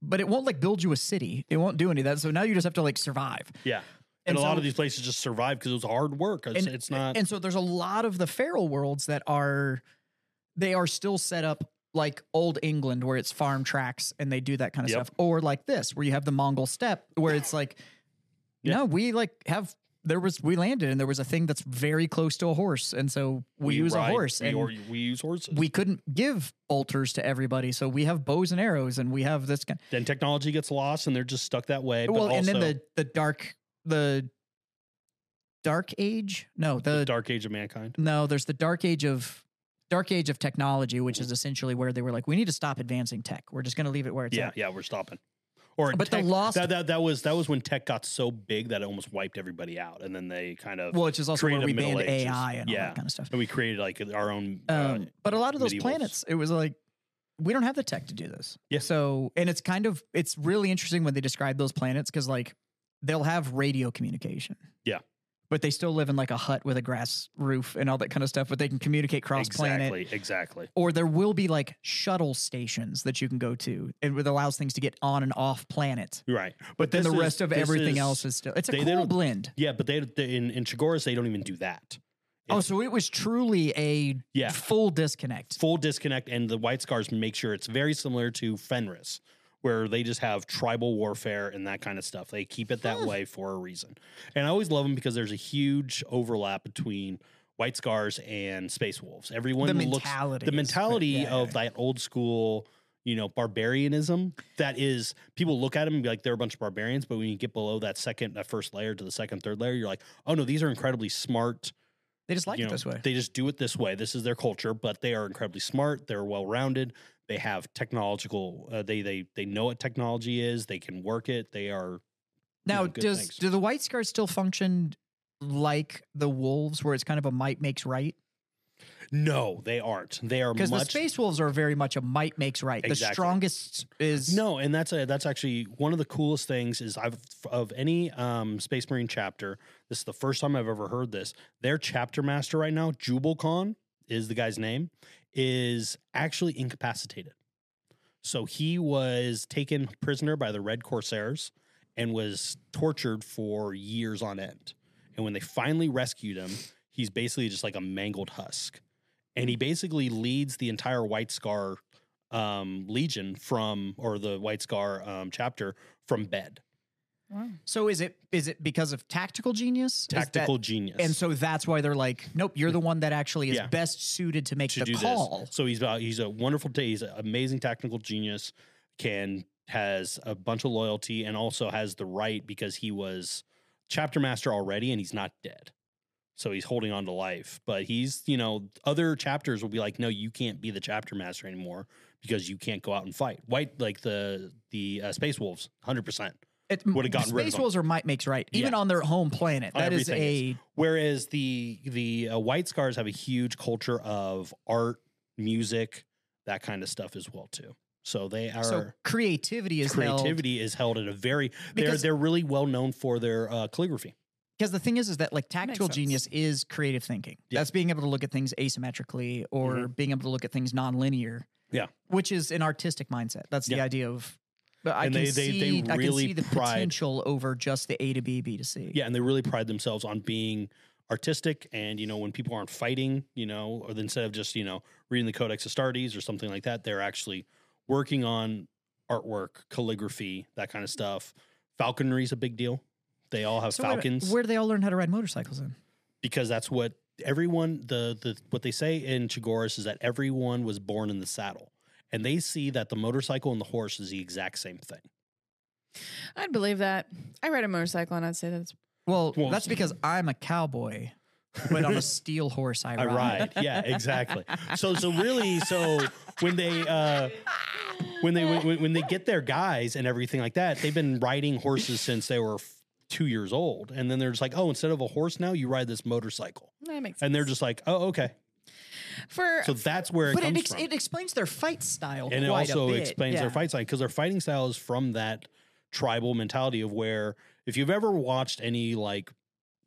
S1: but it won't like build you a city. It won't do any of that. So now you just have to like survive.
S2: Yeah. And, a
S1: so,
S2: lot of these places just survive because it was hard work. It's,
S1: And-
S2: it's not.
S1: and so there's a lot of the feral worlds that are they are still set up like old England where it's farm tracks and they do that kind of
S2: Yep.
S1: stuff. Or like this, where you have the Mongol steppe where it's like,
S2: Yeah.
S1: no, we like have there was we landed and there was a thing that's very close to a horse. And so we, use
S2: ride-
S1: a horse
S2: We,
S1: and
S2: or- we use horses.
S1: we couldn't give altars to everybody. So we have bows and arrows and we have this kind
S2: then technology gets lost and they're just stuck that way. But
S1: well,
S2: also,
S1: and then the the dark the dark age. No, the,
S2: the dark age of mankind.
S1: no. There's the dark age of dark age of technology, which is essentially where they were like, we need to stop advancing tech. We're just going to leave it where it's
S2: Yeah.
S1: at.
S2: Yeah. We're stopping. Or
S1: But the
S2: tech-
S1: lost-
S2: that, that that was that was when tech got so big that it almost wiped everybody out, and then they kind of
S1: Well, which is also where
S2: Creative
S1: we
S2: Middle
S1: banned
S2: Ages.
S1: AI and all
S2: Yeah.
S1: that kind of stuff.
S2: and we created like our own. uh,
S1: Um, but a lot of those
S2: medievals.
S1: planets, it was like, we don't have the tech to do this.
S2: Yeah.
S1: So, and it's kind of it's really interesting when they describe those planets because like they'll have radio communication.
S2: Yeah.
S1: But they still live in like a hut with a grass roof and all that kind of stuff. But they can communicate cross planet.
S2: exactly. Exactly.
S1: or there will be like shuttle stations that you can go to and it allows things to get on and off planet
S2: Right. But,
S1: but then the
S2: this is-
S1: rest of
S2: this
S1: everything else is still it's a
S2: they- they
S1: cool
S2: don't-
S1: blend
S2: Yeah, but they, they in in Chigoris they don't even do that.
S1: oh
S2: It's-
S1: so it was truly a
S2: Yeah.
S1: full disconnect
S2: full disconnect and the white scars make sure it's very similar to fenris where they just have tribal warfare and that kind of stuff they keep it that way for a reason and i always love them because there's a huge overlap between white scars and space wolves everyone
S1: The
S2: looks
S1: mentality
S2: the
S1: is-
S2: mentality
S1: yeah.
S2: of that old school you know barbarianism that is people look at them and be like they're a bunch of barbarians but when you get below that second that first layer to the second third layer you're like oh no these are incredibly smart
S1: they just like
S2: you
S1: it
S2: know,
S1: this way
S2: They just do it this way. This is their culture, but they are incredibly smart. They're well rounded. They have technological. Uh, they they they know what technology is. They can work it. They are
S1: now
S2: know, good
S1: does
S2: things.
S1: do the white scars still function like the wolves where it's kind of a might makes right
S2: no, they aren't. They are
S1: because
S2: much
S1: the space wolves are very much a might makes right the
S2: Exactly.
S1: strongest is
S2: No, and that's a, that's actually one of the coolest things is I've of any um, Space Marine chapter. This is the first time I've ever heard this. Their chapter master right now, Jubal Khan is the guy's name, is actually incapacitated. So he was taken prisoner by the Red Corsairs and was tortured for years on end. And when they finally rescued him, he's basically just like a mangled husk. And he basically leads the entire White Scar um, Legion from, or the White Scar um, chapter from bed.
S3: Wow.
S1: So is it is it because of tactical genius? Is that-
S2: Tactical genius.
S1: and so that's why they're like, nope, you're the one that actually is
S2: Yeah.
S1: best suited to make
S2: to
S1: the
S2: do
S1: call.
S2: this. So he's uh, he's a wonderful ta- he's an amazing technical genius. Can has a bunch of loyalty and also has the right because he was chapter master already and he's not dead. So he's holding on to life, but he's you know other chapters will be like, no, you can't be the chapter master anymore because you can't go out and fight. White like the the uh, space wolves, hundred percent.
S1: It,
S2: Would've gotten
S1: Space
S2: rid of them.
S1: Wolves are might makes right, even
S2: Yeah.
S1: on their home planet. That is
S2: Everything
S1: a
S2: Whereas the the uh, White Scars have a huge culture of art, music, that kind of stuff as well too. So they are
S1: so creativity is creativity
S2: creativity is held at a very they're
S1: Because-
S2: they're really well known for their uh, calligraphy.
S1: because the thing is is that like tactical
S3: sense.
S1: genius is creative thinking.
S2: Yeah. Mm-hmm.
S1: That's being able to look at things asymmetrically or being able to look at things nonlinear.
S2: Yeah.
S1: which is an artistic mindset. That's the
S2: Yeah.
S1: idea of. But I
S2: And
S1: can
S2: they- they-
S1: see
S2: they
S1: I can
S2: really
S1: see the
S2: pride-
S1: potential over just the A to B, B to C.
S2: Yeah, and they really pride themselves on being artistic and you know when people aren't fighting, you know, or instead of just, you know, reading the Codex Astartes or something like that, they're actually working on artwork, calligraphy, that kind of stuff. Falconry is a big deal. They all have
S1: So where-
S2: falcons.
S1: Where, do they all learn how to ride motorcycles in?
S2: because that's what everyone the the what they say in Chigoris is that everyone was born in the saddle. And they see that the motorcycle and the horse is the exact same thing.
S3: I'd believe that. I ride a motorcycle and I'd say that's
S1: Well,
S2: Well,
S1: that's because I'm a cowboy, but on a steel horse I
S2: I
S1: ride.
S2: ride. Yeah, exactly. So so really so when they uh
S3: ah,
S2: when they when, when they get their guys and everything like that, they've been riding horses since they were f- 2 years old and then they're just like, "Oh, instead of a horse now, you ride this motorcycle."
S3: that makes sense.
S2: And they're just like, "Oh, okay."
S3: for
S2: So that's where it
S1: But
S2: comes
S1: it, ex-
S2: from.
S1: it explains their fight style.
S2: and it
S1: quite a
S2: also
S1: bit.
S2: explains
S1: Yeah.
S2: their fight style because their fighting style is from that tribal mentality of where if you've ever watched any like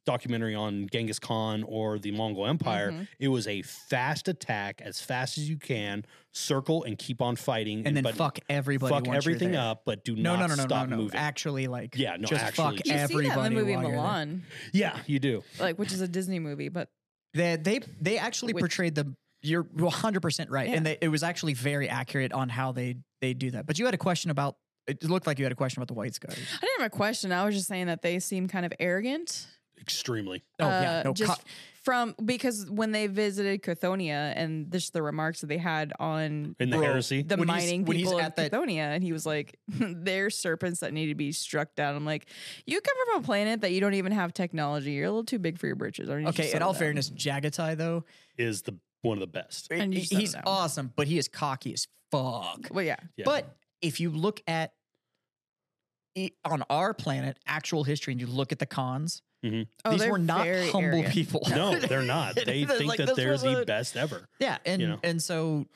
S2: documentary on Genghis Khan or the Mongol Empire,
S1: Mm-hmm.
S3: Mhm.
S2: it was a fast attack as fast as you can, circle and keep on fighting,
S1: And then
S2: but
S1: fuck everybody. once
S2: fuck
S1: you're
S2: everything
S1: there.
S2: up, but do
S1: No,
S2: not
S1: no, no, no,
S2: stop
S1: no, no.
S2: moving.
S1: Actually, like
S2: Yeah, no,
S1: just
S2: actually,
S1: fuck
S2: You
S3: you
S1: everybody.
S3: see that in the movie
S1: while you're there.
S3: Milan,
S2: yeah, you do.
S3: like which is a Disney movie, but
S1: They they they actually
S3: Which-
S1: portrayed the. You're 100 percent right, and they, it was actually very accurate on how they they do that. But you had a question about. It looked like you had a question about the White Scars.
S3: I didn't have a question. I was just saying that they seem kind of arrogant.
S2: Extremely.
S1: Oh yeah,
S3: uh,
S1: no,
S3: just
S1: co-
S3: from because when they visited Cothonia and this the remarks that they had on
S2: In the
S1: Bro,
S2: heresy.
S3: the
S1: When he's-
S3: mining
S1: when he's
S3: people
S1: at
S3: at
S1: that-
S3: Cothonia, and he was like, "They're serpents that need to be struck down." I'm like, "You come from a planet that you don't even have technology. You're a little too big for your britches." Aren't you
S1: okay.
S3: just
S1: In all
S3: settle down?"
S1: fairness, Jagatai though,
S2: is the one of the best.
S3: And you
S1: he-
S3: just don't
S1: he's
S3: know.
S1: awesome, but he is cocky as fuck.
S3: well, yeah,
S2: Yeah.
S1: But if you look at i- on our planet, actual history, and you look at the cons,
S3: oh,
S1: these
S3: they're
S1: were not
S3: very
S1: humble
S3: arrogant.
S1: people.
S2: no, they're not. They
S1: They're
S2: think
S1: like,
S2: that
S1: "This
S2: they're
S1: was
S2: the
S1: a-"
S2: best ever.
S1: Yeah, and
S2: You know.
S1: and so,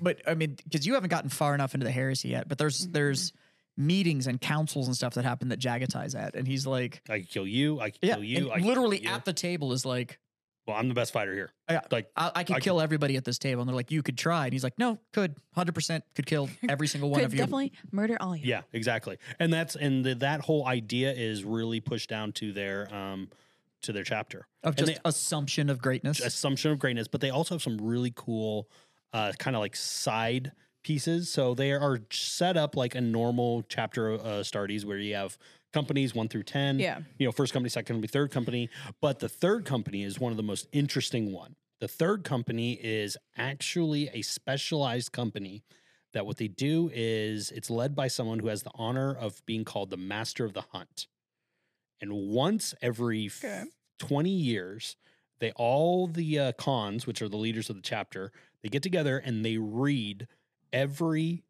S1: but I mean, because you haven't gotten far enough into the heresy yet, but there's
S3: Mhm.
S1: there's meetings and councils and stuff that happen that Jagatai's at, and he's like,
S2: I could kill you. I could
S1: yeah,
S2: kill you.
S1: and
S2: I could
S1: literally
S2: kill you.
S1: at the table is like,
S2: well, I'm the best fighter here.
S1: Yeah.
S2: Like
S1: I, I could
S2: I
S1: kill everybody at this table, and they're like, you could try, and he's like, no, could hundred percent could kill every single one
S3: Could
S1: of you.
S3: definitely murder all you.
S2: Yeah, exactly. And that's and the, that whole idea is really pushed down to their um to their chapter
S1: of
S2: and
S1: just assumption of greatness.
S2: assumption of greatness, but they also have some really cool uh kind of like side pieces. So they are set up like a normal chapter uh Stardies where you have companies 1 through 10.
S3: Yeah.
S2: You know, first company, second company, third company, but the third company is one of the most interesting one. The third company is actually a specialized company that what they do is it's led by someone who has the honor of being called the master of the hunt. And once every f-
S3: Okay.
S2: 20 years, they all the uh, cons, which are the leaders of the chapter, they get together and they read every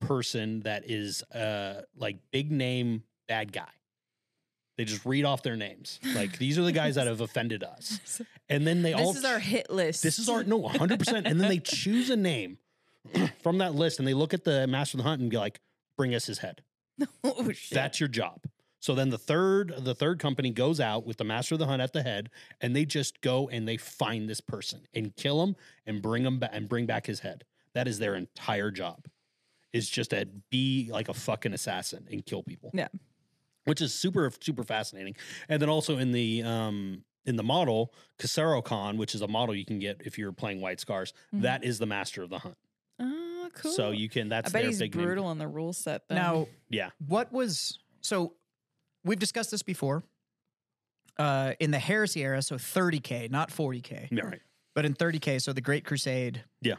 S2: person that is uh like big name bad guy. They just read off their names. Like these are the guys that have offended us. And then they all
S3: This is our hit list.
S2: this is our no 100% and then they choose a name from that list and they look at the master of the hunt and be like bring us his head
S3: oh, shit.
S2: that's your job so then the third the third company goes out with the master of the hunt at the head and they just go and they find this person and kill him and bring him back and bring back his head that is their entire job is just to be like a fucking assassin and kill people.
S3: Yeah.
S2: Which is super super fascinating. And then also in the um in the model, Casero Khan, which is a model you can get if you're playing White Scars,
S3: Mhm.
S2: that is the master of the hunt.
S3: Oh, cool.
S2: So you can that's
S3: I bet
S2: their
S3: he's
S2: big name.
S3: brutal on the rule set. Then.
S1: Now,
S2: Yeah.
S1: what was so? We've discussed this before. Uh, in the heresy era, so 30k, not 40k,
S2: Yeah, right.
S1: but in 30k, so the Great Crusade,
S2: Yeah.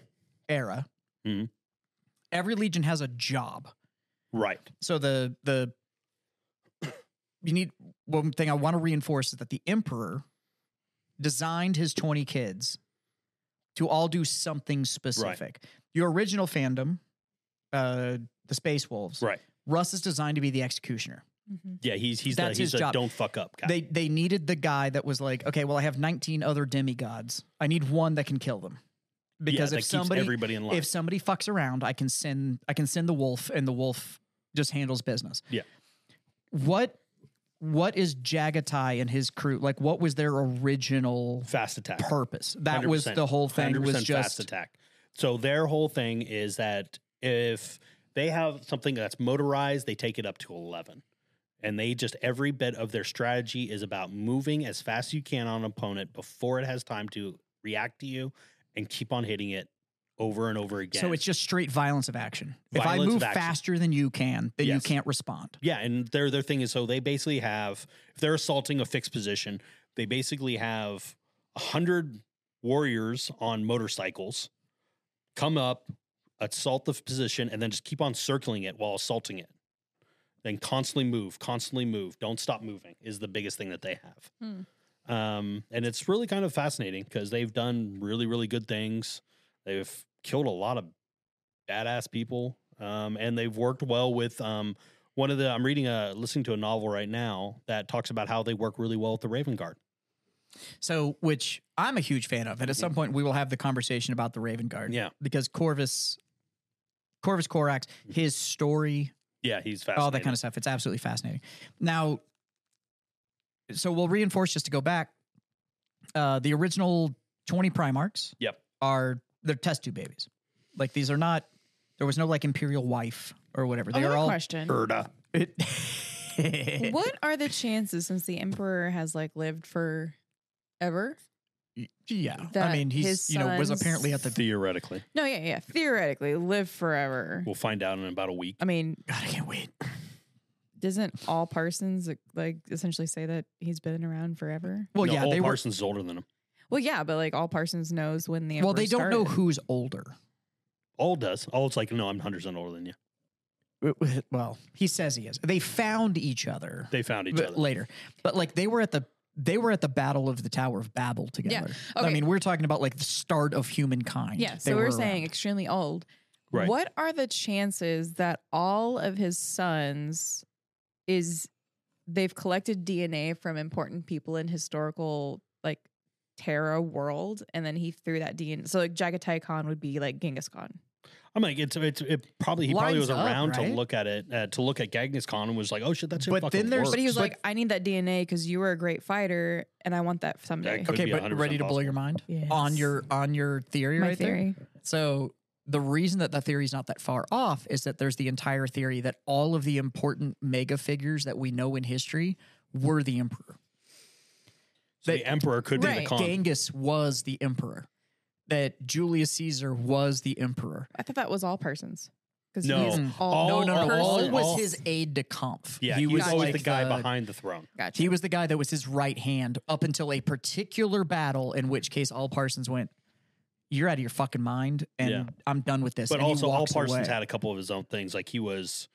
S1: era.
S2: Mhm.
S1: Every legion has a job.
S2: Right.
S1: So the the you need one thing I want to reinforce is that the emperor designed his 20 kids to all do something specific. Your original fandom uh the space wolves.
S2: Right.
S1: Russ is designed to be the executioner.
S3: Mhm.
S2: Yeah, he's he's
S1: That's
S2: the,
S1: his
S2: he's a
S1: job.
S2: don't fuck up guy.
S1: They they needed the guy that was like, okay, well I have 19 other demigods. I need one that can kill them.
S2: Yeah,
S1: Because
S2: that
S1: if
S2: keeps
S1: somebody
S2: everybody in line.
S1: if somebody fucks around, I can send I can send the wolf, and the wolf just handles business.
S2: Yeah.
S1: What What is Jagatai and his crew like? What was their original
S2: fast attack.
S1: purpose? That was
S2: 100%.
S1: the whole thing.
S2: 100%
S1: Was
S2: fast
S1: just
S2: attack. So their whole thing is that if they have something that's motorized, they take it up to eleven, and they just every bit of their strategy is about moving as fast as you can on an opponent before it has time to react to you, and keep on hitting it over and over again.
S1: so it's just straight violence of action. if I
S2: Violence of
S1: move
S2: action.
S1: faster than you can, then you
S2: Yes.
S1: can't respond.
S2: Yeah, and their their thing is so they basically have if they're assaulting a fixed position, they basically have a hundred warriors on motorcycles come up, assault the position, and then just keep on circling it while assaulting it. Then constantly move, constantly move. Don't stop moving is the biggest thing that they have.
S3: Hmm.
S2: Um, and it's really kind of fascinating because they've done really, really good things. They've killed a lot of badass people, um, and they've worked well with um, one of the. I'm reading a listening to a novel right now that talks about how they work really well with the Raven Guard.
S1: So, which I'm a huge fan of, and at some point we will have the conversation about the Raven Guard.
S2: Yeah,
S1: because Corvus, Corvus Corax,
S2: Mm-hmm.
S1: his story
S2: yeah, he's fascinating.
S1: all Oh, that kind of stuff. It's absolutely fascinating. Now, so we'll reinforce just to go back. Uh, the original twenty Primarchs.
S2: Yep.
S1: Are they're test tube babies? Like these are not. There was no like imperial wife or whatever. They
S3: Another
S1: are all.
S3: Oh, question.
S2: Erda.
S1: It,
S3: What are the chances since the emperor has like lived for ever?
S1: Yeah. I
S3: That
S1: mean, he's
S3: his
S1: you know was
S3: sons-
S1: apparently at the.
S2: Theoretically,
S3: No, yeah, yeah. Theoretically, live forever.
S2: we'll find out in about a week.
S3: I mean,
S1: God, I can't wait.
S3: doesn't all Parsons like essentially say that he's been around forever?
S1: Well,
S2: No,
S1: yeah,
S2: Ole
S1: they were.
S2: Parsons is older than him.
S3: Well, yeah, but like all Parsons knows when the
S1: Well, they don't
S3: emperor
S1: know
S3: started.
S1: who's older.
S2: All does. All it's like, no, I'm 100 percent older than you.
S1: Well, he says he is. They found each other.
S2: They found each
S1: but
S2: other.
S1: later. But like they were at the they were at the Battle of the Tower of Babel together. I
S3: okay.
S1: mean, we're talking about like the start of humankind.
S3: Yeah,
S1: They
S3: so we're
S1: were
S3: saying
S1: around.
S3: extremely old.
S2: Right.
S3: What are the chances that all of his sons is they've collected DNA from important people in historical like Terra world, and then he threw that DNA. So like Jagatai Khan would be like Genghis Khan.
S2: I'm like, it's it's it probably he probably
S1: Lines
S2: was
S1: up,
S2: around
S1: right?
S2: to look at it uh, to look at Genghis Khan and was like, oh shit, that's
S1: But
S2: it. fucking
S1: then there's-
S2: works.
S3: But he was
S1: But-
S3: like, I need that DNA because you were a great fighter, and I want that someday.
S2: could
S1: okay,
S2: be
S1: but
S2: 100%
S1: ready to blow
S2: possible.
S1: your mind
S3: Yes.
S1: on your on your theory
S3: My
S1: right
S3: theory.
S1: there. So the reason that the theory's not that far off is that there's the entire theory that all of the important mega figures that we know in history were the emperor.
S2: So
S1: They-
S2: the emperor could be
S3: Right.
S2: the Khan.
S1: Genghis was the emperor. That Julius Caesar was the emperor.
S3: I thought that was all Parsons because
S2: No.
S3: he's
S1: Mm.
S3: all
S1: no, no, no.
S2: all-
S1: All
S3: Persons.
S1: was
S2: all-
S1: his aide de camp.
S2: Yeah, he, was
S1: like
S2: always the guy behind the throne.
S3: Gotcha.
S1: He was the guy that was his right hand up until a particular battle, in which case all Parsons went, "You're out of your fucking mind, and
S2: Yeah.
S1: I'm done with this."
S2: But
S1: and he
S2: also, all
S1: walks
S2: Parsons
S1: away.
S2: had a couple of his own things. Like he was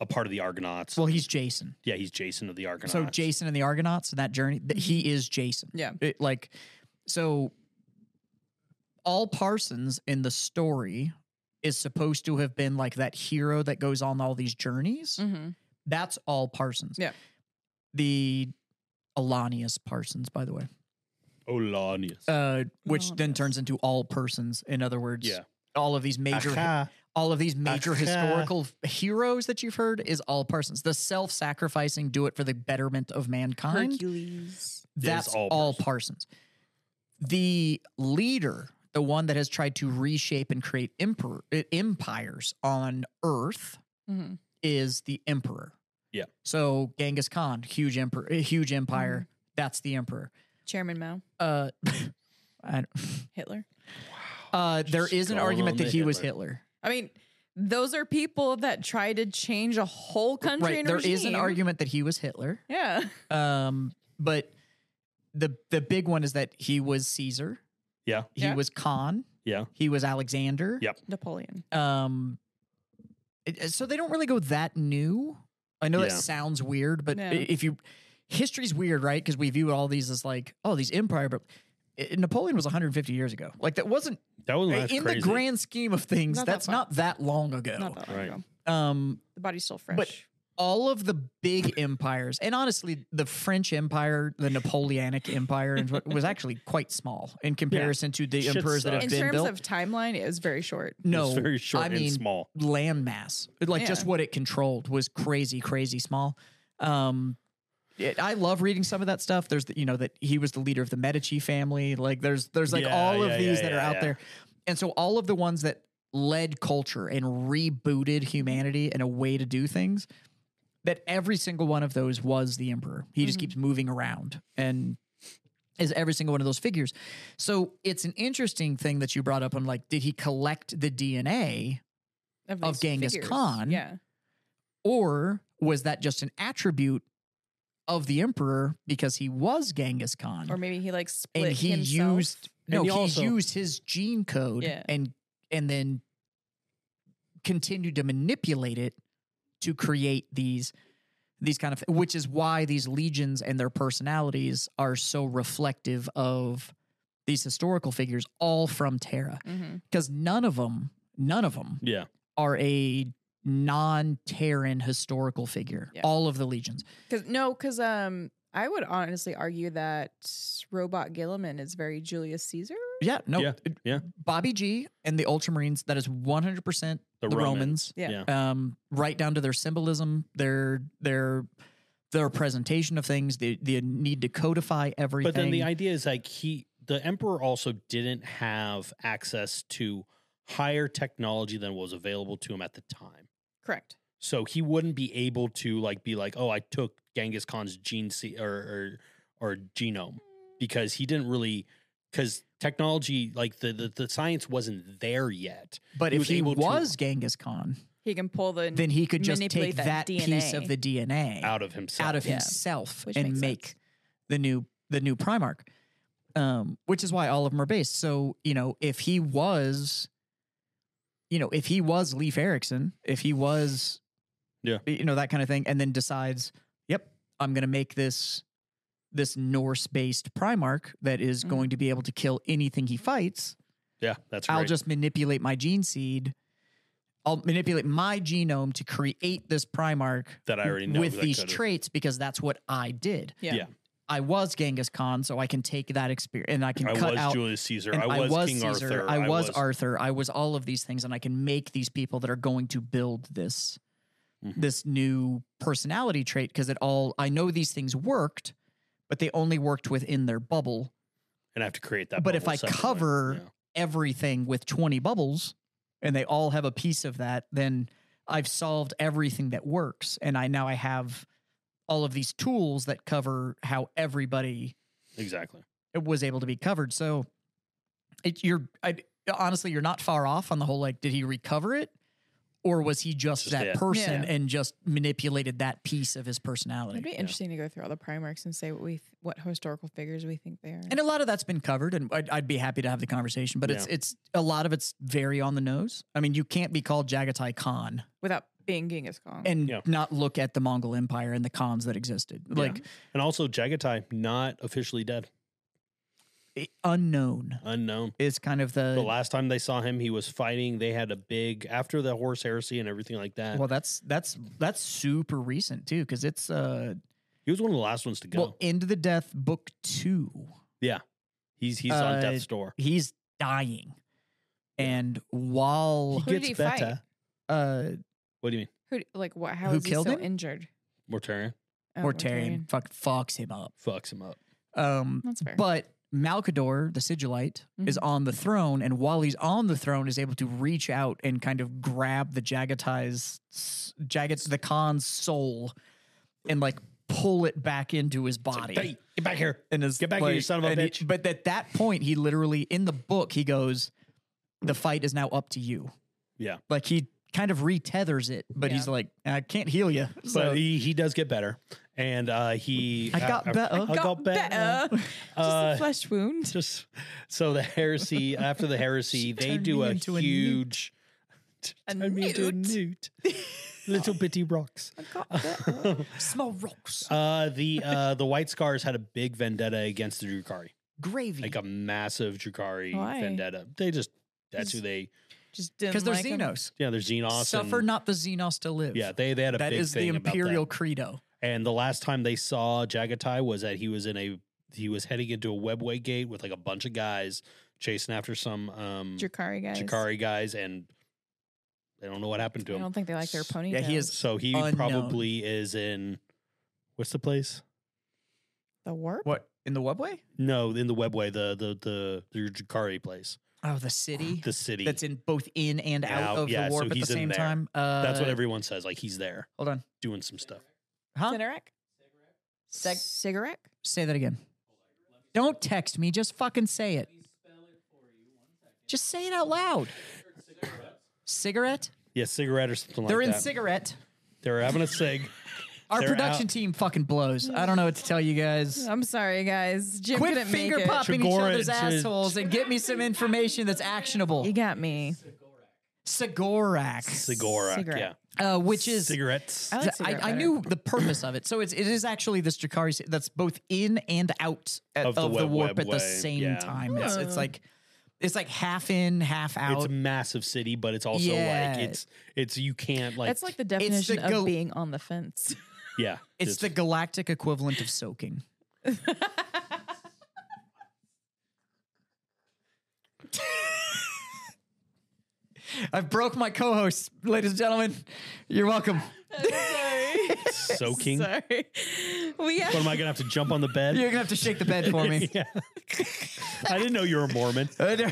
S2: a part of the Argonauts.
S1: Well, he's Jason.
S2: yeah, he's Jason of the Argonauts.
S1: So Jason and the Argonauts and that journey, that he is Jason.
S3: Yeah.
S1: It, like, so all Parsons in the story is supposed to have been like that hero that goes on all these journeys.
S3: Mhm.
S1: That's all Parsons.
S3: Yeah.
S1: The Alanius Parsons, by the way.
S2: Olanius.
S1: uh, which then
S3: Anonymous.
S1: turns into all persons. In other words,
S2: Yeah.
S1: all of these major,
S2: Aha.
S1: all of these major
S2: Aha.
S1: historical f- heroes that you've heard is all persons. The self-sacrificing, do it for the betterment of mankind.
S3: Hercules.
S1: That's
S2: all
S1: all, parsons. The leader, the one that has tried to reshape and create emperor, eh, empires on Earth
S3: hmm
S1: is the emperor.
S2: Yeah.
S1: So Genghis Khan, huge emperor, eh, huge empire. That's the emperor.
S3: Chairman Mao,
S1: Uh, I,
S3: Hitler.
S1: uh, there
S2: Just
S1: is an
S2: going
S1: argument
S2: on
S1: that
S2: to
S1: he was
S2: Hitler.
S1: Hitler.
S3: I mean, those are people that try to change a whole country.
S1: right.
S3: and
S1: There is
S3: regime.
S1: an argument that he was Hitler.
S3: Yeah.
S1: Um, but the the big one is that he was Caesar.
S2: Yeah.
S1: He
S3: Yeah.
S1: was Khan.
S2: Yeah.
S1: He was Alexander.
S2: Yeah.
S3: Napoleon.
S1: Um, it- it- so they don't really go that new. I know that
S2: Yeah.
S1: sounds weird, but
S3: No.
S1: i- if you history's weird, right? Because we view all these as like, oh, these empire, but i- Napoleon was 150 years ago. Like that wasn't
S2: That was that's
S1: in
S2: crazy.
S1: the grand scheme of things.
S3: Not that
S1: that's
S3: far.
S1: not that long ago.
S3: Not that long
S2: Right.
S3: ago.
S1: um,
S3: The body's still fresh.
S1: But- all of the big empires, and honestly, the French Empire, the Napoleonic Empire, and what- was actually quite small in comparison to the
S2: Shit
S1: emperors that have
S3: in
S2: sucks.
S1: been
S3: terms
S1: built.
S3: of timeline, it was very short.
S2: It was
S1: no,
S2: very short
S1: I
S2: and
S1: mean,
S2: small.
S1: landmass, like just
S3: Yeah.
S1: what it controlled, was crazy, crazy small. Um, it- I love reading some of that stuff. There's, the, you know, that he was the leader of the Medici family. Like there's, there's like
S2: Yeah,
S1: all of
S2: yeah,
S1: these
S2: yeah,
S1: that are
S2: yeah,
S1: out
S2: yeah.
S1: there, and so all of the ones that led culture and rebooted humanity and a way to do things. That every single one of those was the emperor. He just
S2: Mm-hmm.
S3: Mhm.
S1: keeps moving around and is every single one of those figures. So it's an interesting thing that you brought up on like, did he collect the DNA
S3: Of,
S1: Of
S3: these
S1: Genghis
S3: figures.
S1: Khan.
S3: Yeah.
S1: or was that just an attribute of the emperor because he was Genghis Khan
S3: Or maybe he like split
S1: and he
S3: himself.
S1: used no
S2: And
S1: he,
S2: he also-
S1: used his gene code
S3: Yeah.
S1: and and then continued to manipulate it to create these these kind of which is why these legions and their personalities are so reflective of these historical figures all from Terra
S3: Mhm.
S1: because none of them none of them
S2: Yeah.
S1: are a non-Terran historical figure.
S3: Yeah.
S1: All of the legions.
S3: Cause no, cause um, I would honestly argue that Robot Gilliman is very Julius Caesar.
S1: Yeah, no.
S2: Yeah, yeah.
S1: Bobby G and the Ultramarines. That is 100 percent the, Romans.
S3: Yeah.
S2: Yeah.
S1: Um, right down to their symbolism, their their their presentation of things, the the need to codify everything.
S2: But then the idea is like he, the emperor also didn't have access to higher technology than was available to him at the time.
S3: Correct.
S2: So he wouldn't be able to like be like, oh, I took Genghis Khan's gene se- or, or or genome because he didn't really because technology like the, the the science wasn't there yet.
S1: but
S2: he
S1: if
S2: was
S1: he
S2: able to-
S1: was Genghis Khan,
S3: He can pull the
S1: then he could just
S3: Manipulate
S1: take that,
S3: that
S1: piece of
S3: DNA
S1: the DNA
S2: Out of himself,
S1: out of
S3: Yeah.
S1: himself
S3: Which
S1: and
S3: makes
S1: make
S3: sense.
S1: the new the new Primarch, um, which is why all of them are based. So you know, if he was, you know, if he was Leif Erikson, if he was,
S2: Yeah.
S1: you know, that kind of thing, and then decides, yep, I'm going to make this this Norse based Primarch that is
S3: Mhm.
S1: going to be able to kill anything he fights.
S2: yeah, that's
S1: I'll
S2: right.
S1: just manipulate my gene seed. I'll manipulate my genome to create this Primarch
S2: that I already know
S1: with
S2: that
S1: these
S2: could've-
S1: traits because that's what I did.
S3: yeah.
S2: yeah.
S1: I was Genghis Khan, so I can take that experience and I can
S2: I
S1: cut
S2: was
S1: out.
S2: Julius Caesar.
S1: and
S2: I was, King
S1: Caesar.
S2: Arthur.
S1: I was Arthur. I was all of these things, and I can make these people that are going to build this
S2: Mhm.
S1: this new personality trait because it all. I know these things worked, but they only worked within their bubble.
S2: and I have to create that.
S1: But if
S2: bubble
S1: I
S2: separately.
S1: cover-
S2: Yeah.
S1: Everything with twenty bubbles, and they all have a piece of that. Then I've solved everything that works, and I now I have all of these tools that cover how everybody
S2: exactly,
S1: it was able to be covered. So it, you're I, honestly, you're not far off on the whole. Like, did he recover it, or was he just,
S2: Just
S1: that
S2: it.
S1: person
S3: Yeah.
S1: and just manipulated that piece of his
S3: It'd be
S1: personality?
S3: interesting to go through all the Primarchs and say what we th- what historical figures we think they are.
S1: And a lot of that's been covered, and I'd, I'd be happy to have the conversation. But it's it's a lot of it's very on the nose. I mean, you can't be called Jagatai Khan
S3: without being Genghis Khan.
S1: and
S2: Yeah.
S1: not look at the Mongol Empire and the Khans that existed, like
S2: and also Jagatai not officially dead,
S1: i- unknown.
S2: unknown.
S1: Is kind of the,
S2: The last time they saw him, he was fighting. They had a big after the horse heresy and everything like that.
S1: well, that's that's that's super recent too, because it's uh
S2: he was one of the last ones to go.
S1: well into the death book two.
S2: he's he's
S1: uh,
S2: on death's door.
S1: he's dying and
S2: He
S1: while
S3: Who did
S2: gets
S3: he fight?
S2: better.
S1: uh
S2: What do you mean,
S3: who, like what? How
S1: Who
S3: is he
S1: killed
S3: so
S1: him?
S3: injured?
S2: Mortarian?
S3: Oh,
S1: Mortarian fuck fucks him up
S2: Fucks him up.
S1: um
S3: That's fair.
S1: but Malkador, the Sigilite, is
S2: Mm-hmm.
S3: Mhm.
S1: on the throne, and while he's on the throne, is able to reach out and kind of grab the Jagatai's Jagat the Khan's soul, and like pull it back into his
S2: It's like,
S1: body.
S2: "Hey, get back here.
S1: and is
S2: Get back here, you son of a
S1: and he-
S2: bitch.
S1: but at that point, he literally in the book he goes, "The fight is now up to you."
S2: Yeah.
S1: like he kind of retethers it, but he's
S3: Yeah.
S1: like, "I can't heal you." So
S2: but he, he does get better, and uh, he
S1: I got better. I
S2: I got better.
S3: Just
S2: Uh,
S3: a flesh wound.
S2: just so the heresy after the heresy
S1: She
S2: they
S1: turned
S2: do
S1: me
S2: a
S1: into a newt.
S2: huge
S3: A
S2: Turned me into a newt. little bitty rocks
S3: I got better.
S1: small rocks,
S2: uh the uh the white scars had a big vendetta against the drukari
S1: gravy.
S2: like a massive drukari
S3: Why?
S2: vendetta they just that's who they
S3: Just didn't
S1: because they're
S3: like
S2: um,
S3: 'em.
S1: Xenos.
S2: yeah they're xenos
S1: Suffer
S2: and,
S1: not the Xenos to live.
S2: yeah they they had a
S1: that
S2: big
S1: is the
S2: thing about that.
S1: imperial credo.
S2: and the last time they saw jagatai was that he was in a he was heading into a webway gate with like a bunch of guys chasing after some um
S3: Jakari guys.
S2: Chikari guys, and they don't know what happened to
S3: I
S2: him.
S3: don't think they like their ponytails.
S1: Yeah, he is
S2: So he
S1: Unknown.
S2: probably is in what's the place?
S3: the warp.
S1: What in the webway?
S2: No, in the Webway, the the the the Jakari place,
S1: Oh, the city
S2: the city.
S1: that's in both in and out,
S2: Out,
S1: of
S2: yeah,
S1: the
S2: so
S1: warp at the
S2: he's in
S1: same
S2: there.
S1: time. Uh,
S2: That's what everyone says. Like he's there
S1: Hold on,
S2: doing some stuff.
S1: huh?
S3: Cigarette. Cigarette.
S1: Say that again. Don't text me. Just fucking say it. Just say it out loud. Cigarette?
S2: Yeah, cigarette or something
S1: They're
S2: like
S1: in
S2: that.
S1: cigarette.
S2: They're having a cig.
S1: Our
S2: They're
S1: production
S2: out.
S1: team fucking blows. I don't know what to tell you guys.
S3: I'm sorry, guys. Jim
S1: Quit
S3: couldn't make
S1: finger
S3: it.
S1: popping each
S2: Chigora
S1: other's
S2: and Chig-
S1: assholes and get me some information that's actionable.
S3: You got me.
S1: Sigorak,
S2: Cigorak,
S3: Cigarette.
S2: yeah.
S1: uh, which is
S2: Cigarettes.
S3: I like
S1: I,
S3: cigarette
S1: I
S3: better.
S1: knew the purpose of it. So it's it is actually this Jakari ci- that's both in and out at-
S2: Of
S1: of,
S2: the
S1: the,
S2: web-
S1: warp at the
S2: webway,
S1: same
S2: yeah.
S1: time. It's, it's like it's like half in, half
S2: It's a
S1: out.
S2: massive city, but it's also
S1: Yeah.
S2: like it's it's you can't like
S3: That's like the definition of
S1: go-
S3: being on the fence.
S2: yeah.
S1: It's, the galactic equivalent of soaking. I broke my co-host, ladies and gentlemen. You're welcome.
S3: sorry.
S2: soaking. What
S3: Sorry. We have
S2: am I gonna have to jump on the bed?
S1: You're gonna have to shake the bed for me.
S2: yeah. I didn't know you were a Mormon.
S1: Uh, there-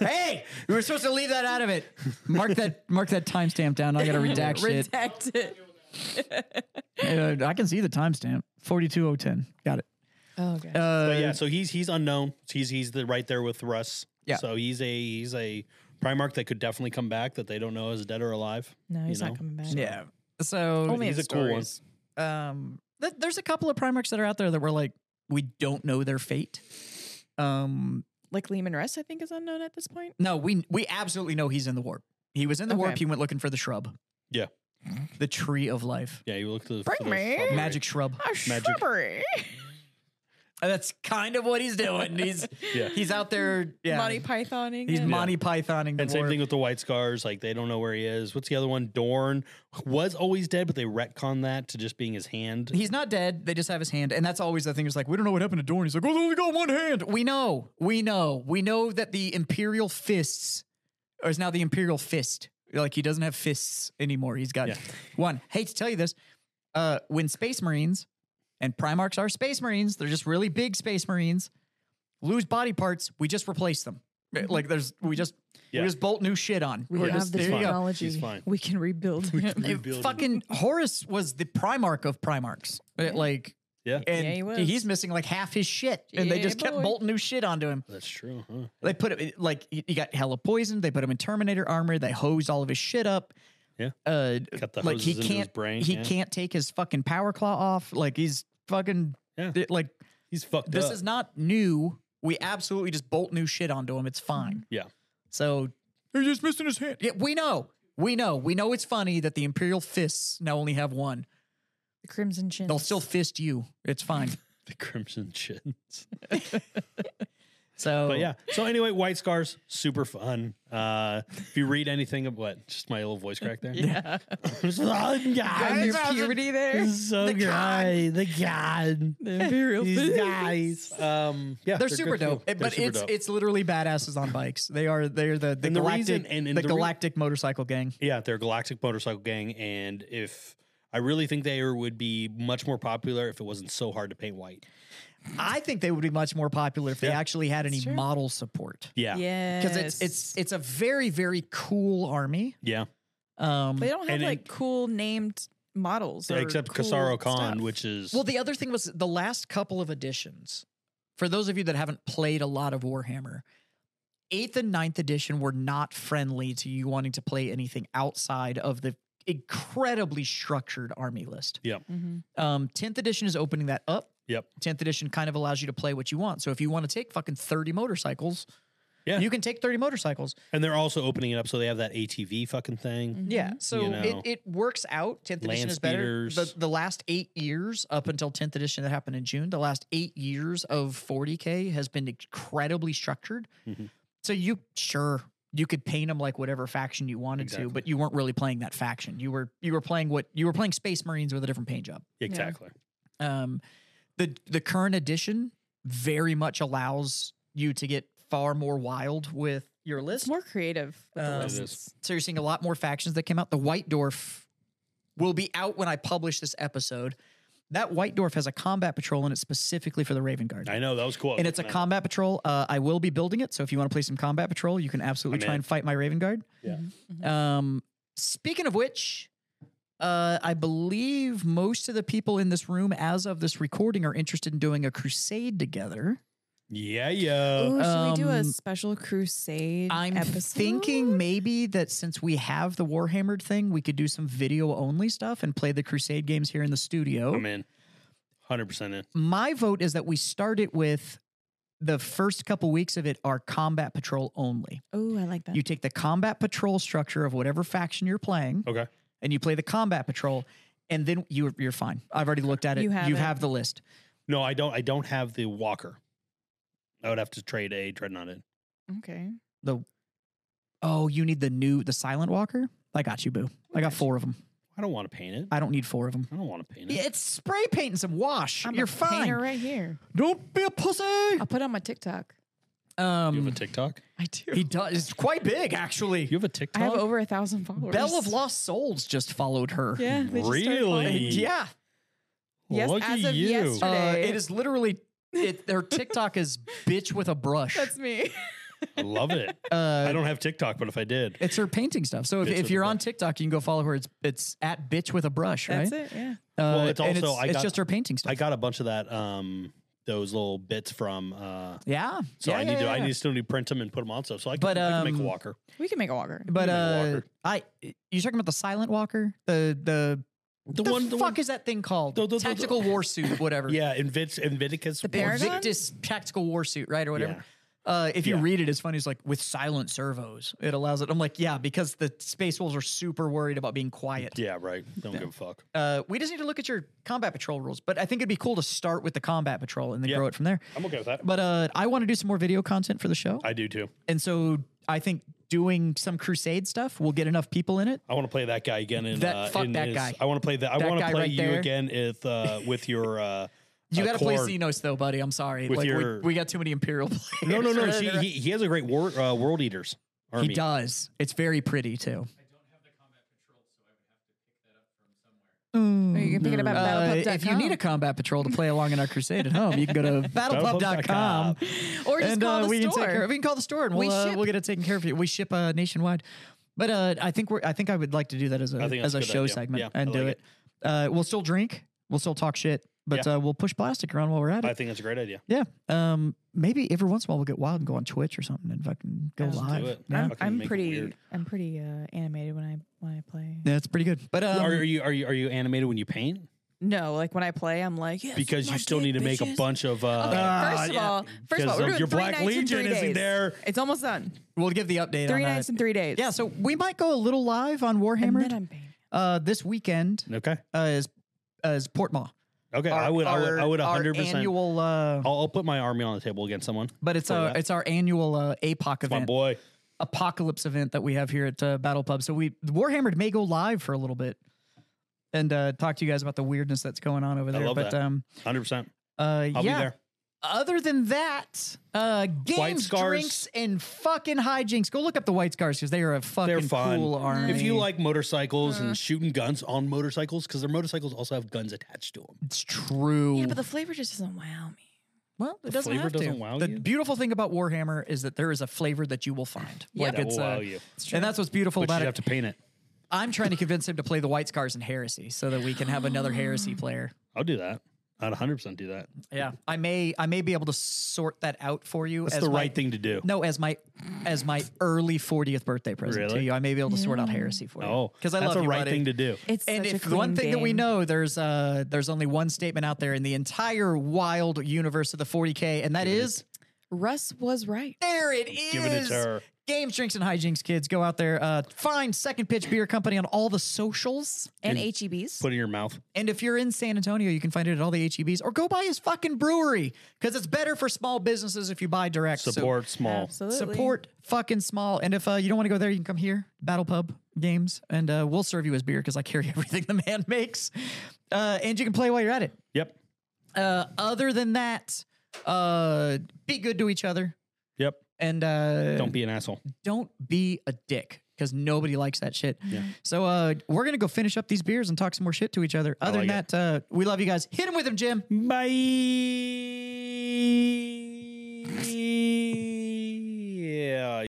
S1: hey, we were supposed to leave that out of it. Mark that mark that timestamp down. I gotta redact shit.
S3: redacted.
S1: Uh, I can see the timestamp. Forty two oh ten. Got it.
S3: Oh, okay.
S1: Uh,
S2: But yeah, so he's he's unknown. He's he's the, right there with Russ.
S1: Yeah.
S2: So he's a he's a Primarch that could definitely come back that they don't know is dead or alive.
S3: no, he's
S2: you know,
S3: not coming back.
S1: yeah. So
S3: Only in
S2: he's a cool one.
S3: stories.
S1: um, th- there's a couple of primarchs that are out there that we're like, we don't know their fate. Um,
S3: Like Lehman Rest, I think, is unknown at this point.
S1: no, we we absolutely know he's in the warp. He was in the warp.
S3: Okay.
S1: He went looking for the shrub.
S2: Yeah.
S1: The tree of life.
S2: Yeah, you look to the
S3: Bring
S2: to the
S3: me.
S2: shrubbery.
S1: Magic shrub.
S3: A
S2: Magic.
S3: Ah, shrubbery.
S1: That's kind of what he's doing. He's
S2: Yeah.
S1: he's out there. Yeah.
S3: Monty Pythoning.
S1: He's
S3: it.
S1: Monty Pythoning the
S2: And same
S1: warp.
S2: thing with the White Scars. Like they don't know where he is. What's the other one? Dorn was always dead, but they retcon that to just being his hand.
S1: He's not dead. They just have his hand, and that's always the thing. It's like we don't know what happened to Dorn. He's like, oh, they only got one hand. We know. We know. We know that the Imperial fists, or is now the Imperial fist. Like he doesn't have fists anymore. He's got
S2: Yeah.
S1: one. Hate to tell you this, uh, when Space Marines and Primarchs are Space Marines, they're just really big Space Marines. Lose body parts, we just replace them. Like there's, we just
S2: Yeah.
S1: we just bolt new shit on.
S3: We
S1: We're
S2: Yeah.
S1: just,
S3: have the
S1: there you go.
S3: technology.
S2: He's fine.
S3: We can rebuild him.
S2: Rebuilding.
S1: Fucking Horus was the Primarch of Primarchs. Uh, Like,
S2: Yeah.
S1: and
S3: Yeah, he was.
S1: he's missing like half his shit, and they
S3: Yeah,
S1: just kept
S3: boy.
S1: bolting new shit onto him.
S2: That's true. Huh?
S1: They put it like he he got hella poisoned. They put him in Terminator armor. They hosed all of his shit up.
S2: Yeah.
S1: uh,
S2: Cut the
S1: like
S2: hoses
S1: he
S2: into his
S1: can't.
S2: brain.
S1: he
S2: yeah.
S1: can't take his fucking power claw off. Like he's fucking.
S2: Yeah.
S1: th- like
S2: He's fucked
S1: this
S2: up.
S1: is not new. We absolutely just bolt new shit onto him. It's fine.
S2: Yeah.
S1: So he's just missing his hand. Yeah, we know. We know. We know it's funny that the Imperial fists now only have one.
S3: the Crimson Chin.
S1: They'll still fist you. It's fine.
S2: the crimson chins.
S1: So
S2: But yeah. So anyway, White Scars, super fun. Uh, if you read anything of what, just my little voice crack there.
S3: Yeah.
S2: yeah.
S3: Got your
S1: sounds-
S3: puberty there.
S2: so
S1: The guy,
S2: the god,
S3: The Imperial
S2: these
S3: Fist.
S2: guys. Um, yeah,
S1: They're, super
S2: good
S1: dope,
S2: people.
S1: but
S2: They're super
S1: it's
S2: dope.
S1: it's literally badasses on bikes. They are they're the the
S2: And the
S1: galactic
S2: reason- and- and
S1: the,
S2: the re-
S1: galactic motorcycle gang.
S2: yeah, they're a Galactic Motorcycle Gang, and if I really think they would be much more popular if it wasn't so hard to paint white.
S1: I think they would be much more popular if they
S2: Yeah.
S1: actually had any
S3: That's true.
S1: model support.
S2: Yeah. Yeah.
S3: Yeah.
S1: Because it's it's it's a very very cool army. Um,
S3: they don't have
S2: and it-
S3: like cool named models. or
S2: Except
S3: cool
S2: Kasaro Khan,
S3: stuff.
S2: which is
S1: Well, the other thing was the last couple of editions. For those of you that haven't played a lot of Warhammer, eighth and ninth edition were not friendly to you wanting to play anything outside of the incredibly structured army list.
S3: Mhm.
S1: Um, 10th edition is opening that up.
S2: Yep.
S1: 10th edition kind of allows you to play what you want. So if you want to take fucking 30 motorcycles,
S2: Yeah.
S1: you can take 30 motorcycles.
S2: and they're also opening it up, so they have that ATV fucking thing.
S1: Yeah. So
S2: You know.
S1: it, it works out. 10th edition
S2: Land
S1: is better. The,
S2: speeders.
S1: the last eight years, up until 10th edition that happened in June, the last eight years of 40K has been incredibly structured.
S2: Mhm.
S1: So you, sure. You could paint them like whatever faction you wanted to,
S2: Exactly.
S1: but you weren't really playing that faction. You were you were playing what you were playing Space Marines with a different paint job.
S2: Exactly.
S1: Um, the the current edition very much allows you to get far more wild with your list.
S3: It's more creative. With the
S1: Um,
S2: It is.
S3: lists.
S1: So you're seeing a lot more factions that came out. The White Dwarf will be out when I publish this episode. That White Dwarf has a combat patrol in it specifically for the Raven Guard.
S2: I know that was cool.
S1: And it's a
S2: combat.
S1: combat patrol. Uh, I will be building it. So if you want to play some combat patrol, you can absolutely
S2: I'm
S1: try
S2: in.
S1: and fight my Raven Guard.
S2: Yeah.
S3: Mhm.
S1: Um, speaking of which, uh, I believe most of the people in this room, as of this recording, are interested in doing a crusade together.
S2: Yeah, yeah.
S3: Ooh, should we do a
S1: um,
S3: special crusade?
S1: I'm
S3: episode?
S1: thinking maybe that since we have the Warhammered thing, we could do some video only stuff and play the crusade games here in the studio.
S2: I'm in. Hundred percent in.
S1: My vote is that we start it with the first couple weeks of it are combat patrol only.
S3: Oh, I like that.
S1: You take the combat patrol structure of whatever faction you're playing.
S2: Okay.
S1: and you play the combat patrol, and then you're you're fine. I've already looked at it.
S3: You have it.
S1: the list.
S2: No, I don't. I don't have the walker. I would have to trade a dreadnought in.
S3: okay.
S1: The oh, you need the new the silent walker. I got you, boo. I got four of them.
S2: I don't want to paint it.
S1: I don't need four of them.
S2: I don't want to paint it.
S1: It's spray paint and some wash.
S3: I'm
S1: you're
S3: a
S1: fine.
S3: painter right here.
S1: Don't be a pussy.
S3: I'll put on my TikTok.
S1: Um,
S2: you have a TikTok.
S3: I do.
S1: he does. It's quite big,
S2: You
S1: actually.
S2: have a
S3: I
S2: TikTok.
S3: have over a thousand followers.
S1: Bell of Lost Souls just followed her.
S3: Yeah. they just started following
S2: Really?
S3: me.
S1: Yeah,
S3: Yes,
S2: Lucky
S3: as of
S2: you.
S3: yesterday.
S1: uh, it is literally. It, her TikTok is bitch with a brush.
S3: That's me.
S2: I love it.
S1: uh,
S2: I don't have TikTok, but if I did,
S1: It's her painting stuff. So if,
S2: Bitch
S1: if
S2: with a
S1: you're on
S2: brush.
S1: TikTok, you can go follow her. It's it's at bitch with a brush, right?
S3: That's it. Yeah.
S1: Uh,
S2: Well, it's
S1: and
S2: also-
S1: it's,
S2: I
S1: it's
S2: got-
S1: just her painting stuff.
S2: I got a bunch of that. Um, those little bits from. Uh,
S1: yeah.
S2: so
S1: yeah,
S2: I need
S1: yeah,
S2: to. I
S1: yeah.
S2: need to still need to print them and put them on stuff. So I can,
S1: But,
S2: I can make
S1: um,
S2: a walker.
S3: We can make a walker.
S1: But
S2: Give me the
S1: uh,
S2: walker.
S1: I you talking about the silent walker? The the
S2: The,
S1: the
S2: one. The
S1: fuck
S2: one.
S1: is that thing called?
S2: The- the- the-
S1: tactical war suit, whatever.
S2: Yeah, Invit- Inviticus.
S3: The
S2: War-
S1: Or
S3: Paragon?
S1: Victus tactical war suit, right, or whatever.
S2: Yeah.
S1: Uh, if you
S2: Yeah.
S1: read it, it's funny. It's like with silent servos, it allows it. I'm like, yeah, because the space wolves are super worried about being quiet.
S2: Yeah, right. Don't give a fuck.
S1: Uh, we just need to look at your combat patrol rules, but I think it'd be cool to start with the combat patrol and then
S2: Yeah.
S1: grow it from there.
S2: I'm okay with that.
S1: But uh, I want to do some more video content for the show,
S2: I do too.
S1: and so I think doing some crusade stuff will get enough people in it.
S2: I want to play that guy again. In,
S1: That-
S2: uh,
S1: fuck
S2: in
S1: that
S2: his-
S1: guy.
S2: I want to play that. I
S1: That
S2: want
S1: guy
S2: to play
S1: right
S2: you
S1: there.
S2: again if, uh, with your. Uh,
S1: You
S2: uh,
S1: got to play
S2: cord.
S1: Xenos though, buddy. I'm sorry,
S2: With
S1: like
S2: your-
S1: we, we got too many Imperial players.
S2: No, no, no. She, he, he has a great war, uh, World Eaters army.
S1: he does. It's very pretty too.
S3: Or you can pick it up at
S1: Uh,
S3: battlepub.com.
S1: if you need a combat patrol to play along in our crusade at home, you can go to battlepub.com.
S3: or just
S1: and
S3: call
S1: uh,
S3: the
S1: we
S3: store.
S1: can take care. We can call the store and
S3: We
S1: we'll uh,
S3: ship.
S1: we'll get it taken care of you. We ship uh, nationwide, but uh, I think we're I think I would like to do that as a
S2: I think
S1: as
S2: that's
S1: a
S2: a good
S1: show
S2: idea.
S1: segment
S2: Yeah,
S1: and
S2: I
S1: do
S2: like
S1: it. Uh, we'll still drink. We'll still talk shit, but uh, we'll push plastic around while we're at it.
S2: I think that's a great idea.
S1: yeah. Um. Maybe every once in a while we'll get wild and go on Twitch or something and fucking go
S3: Let's do
S1: live.
S2: it.
S1: Yeah.
S3: I'm,
S2: Fucking
S3: I'm
S2: make it
S3: pretty.
S2: weird.
S3: I'm pretty uh, animated when I when I play.
S1: Yeah, it's pretty good. But um,
S2: are, are you are you are you animated when you paint?
S3: No, like when I play, I'm like yes,
S2: Because you
S3: my
S2: still
S3: dick,
S2: need to make a
S3: bitches.
S2: bunch of. Uh,
S3: Okay,
S1: Ah,
S3: first of
S1: yeah.
S3: all, first of
S2: Because,
S3: all, we're
S2: um,
S3: doing
S2: your
S3: three
S2: Black
S3: nights and
S2: Legion
S3: three
S2: isn't
S3: days.
S2: there.
S3: It's almost done.
S1: we'll give the update
S3: Three
S1: on
S3: nights
S1: that.
S3: and three days.
S1: Yeah, so we might go a little live on
S3: and then
S1: Warhammer
S3: I'm painting.
S1: uh, this weekend.
S2: okay.
S1: Uh, is uh, is Portmore?
S2: Okay. I would. I would. I would.
S1: our
S2: 100. percent
S1: annual. Uh,
S2: I'll, I'll put my army on the table against someone.
S1: But it's our
S2: that.
S1: it's our annual uh, APOC
S2: Oh, My
S1: event,
S2: boy.
S1: apocalypse event that we have here at uh, Battle Pub. So we Warhammered may go live for a little bit and uh, talk to you guys about the weirdness that's going on over there.
S2: love
S1: but
S2: that.
S1: um,
S2: 100. percent
S1: uh,
S2: I'll
S1: yeah.
S2: be there.
S1: Other than that, uh, games,
S2: Scars.
S1: drinks, and fucking hijinks. Go look up the White Scars because they are a
S2: They're
S1: fucking
S2: fun.
S1: cool army.
S2: If you like motorcycles
S3: Uh-huh.
S2: and shooting guns on motorcycles, because their motorcycles also have guns attached to them.
S1: it's true.
S3: Yeah, but the flavor just doesn't wow me.
S1: Well, it
S2: The
S1: doesn't
S2: flavor
S1: have to.
S2: doesn't wow
S1: the
S2: you?
S1: beautiful thing about Warhammer is that there is a flavor that you will find.
S3: Yeah.
S1: Like
S2: that
S1: it's
S2: will wow
S1: a,
S2: you.
S1: and that's what's beautiful
S2: But
S1: about
S2: you
S1: it. uh,
S2: have to paint it.
S1: I'm trying to convince him to play the White Scars in Heresy so that we can have another Heresy player.
S2: I'll do that. I'd 100 percent do that.
S1: Yeah, I may I may be able to sort that out for you.
S2: That's
S1: as
S2: the
S1: my-
S2: right thing to do.
S1: No, as my as my early 40th birthday present to
S2: Really?
S1: you, I may be able to sort out Heresy for you.
S2: Oh,
S1: because I
S2: that's
S1: love
S2: the
S1: you,
S2: right
S1: buddy.
S2: thing to do.
S3: It's
S1: and
S3: such a
S1: if the one
S3: clean
S1: thing that we
S3: game.
S1: know, there's uh there's only one statement out there in the entire wild universe of the 40k, and that is
S3: Russ was right.
S1: there it is.
S2: Giving it to her.
S1: Games, drinks, and hijinks, kids. Go out there, uh, find Second Pitch Beer Company on all the socials.
S3: And, E
S2: And
S3: HEBs.
S2: Put it in your mouth.
S1: And if you're in San Antonio, you can find it at all the HEBs or go buy his fucking brewery because it's better for small businesses if you buy direct. So
S2: Support small.
S3: Absolutely.
S1: support fucking small. And if uh, you don't want to go there, you can come here, Battle Pub Games, and uh, we'll serve you his beer because I carry everything the man makes. Uh, and you can play while you're at it.
S2: Yep.
S1: Uh, other than that, uh, be good to each other
S2: Yep.
S1: and uh,
S2: Don't be an asshole.
S1: don't be a dick because nobody likes that shit. So uh, we're gonna go finish up these beers and talk some more shit to each other. Other
S2: like
S1: than that, uh, we love you guys. Hit him with him, Jim.
S2: Bye.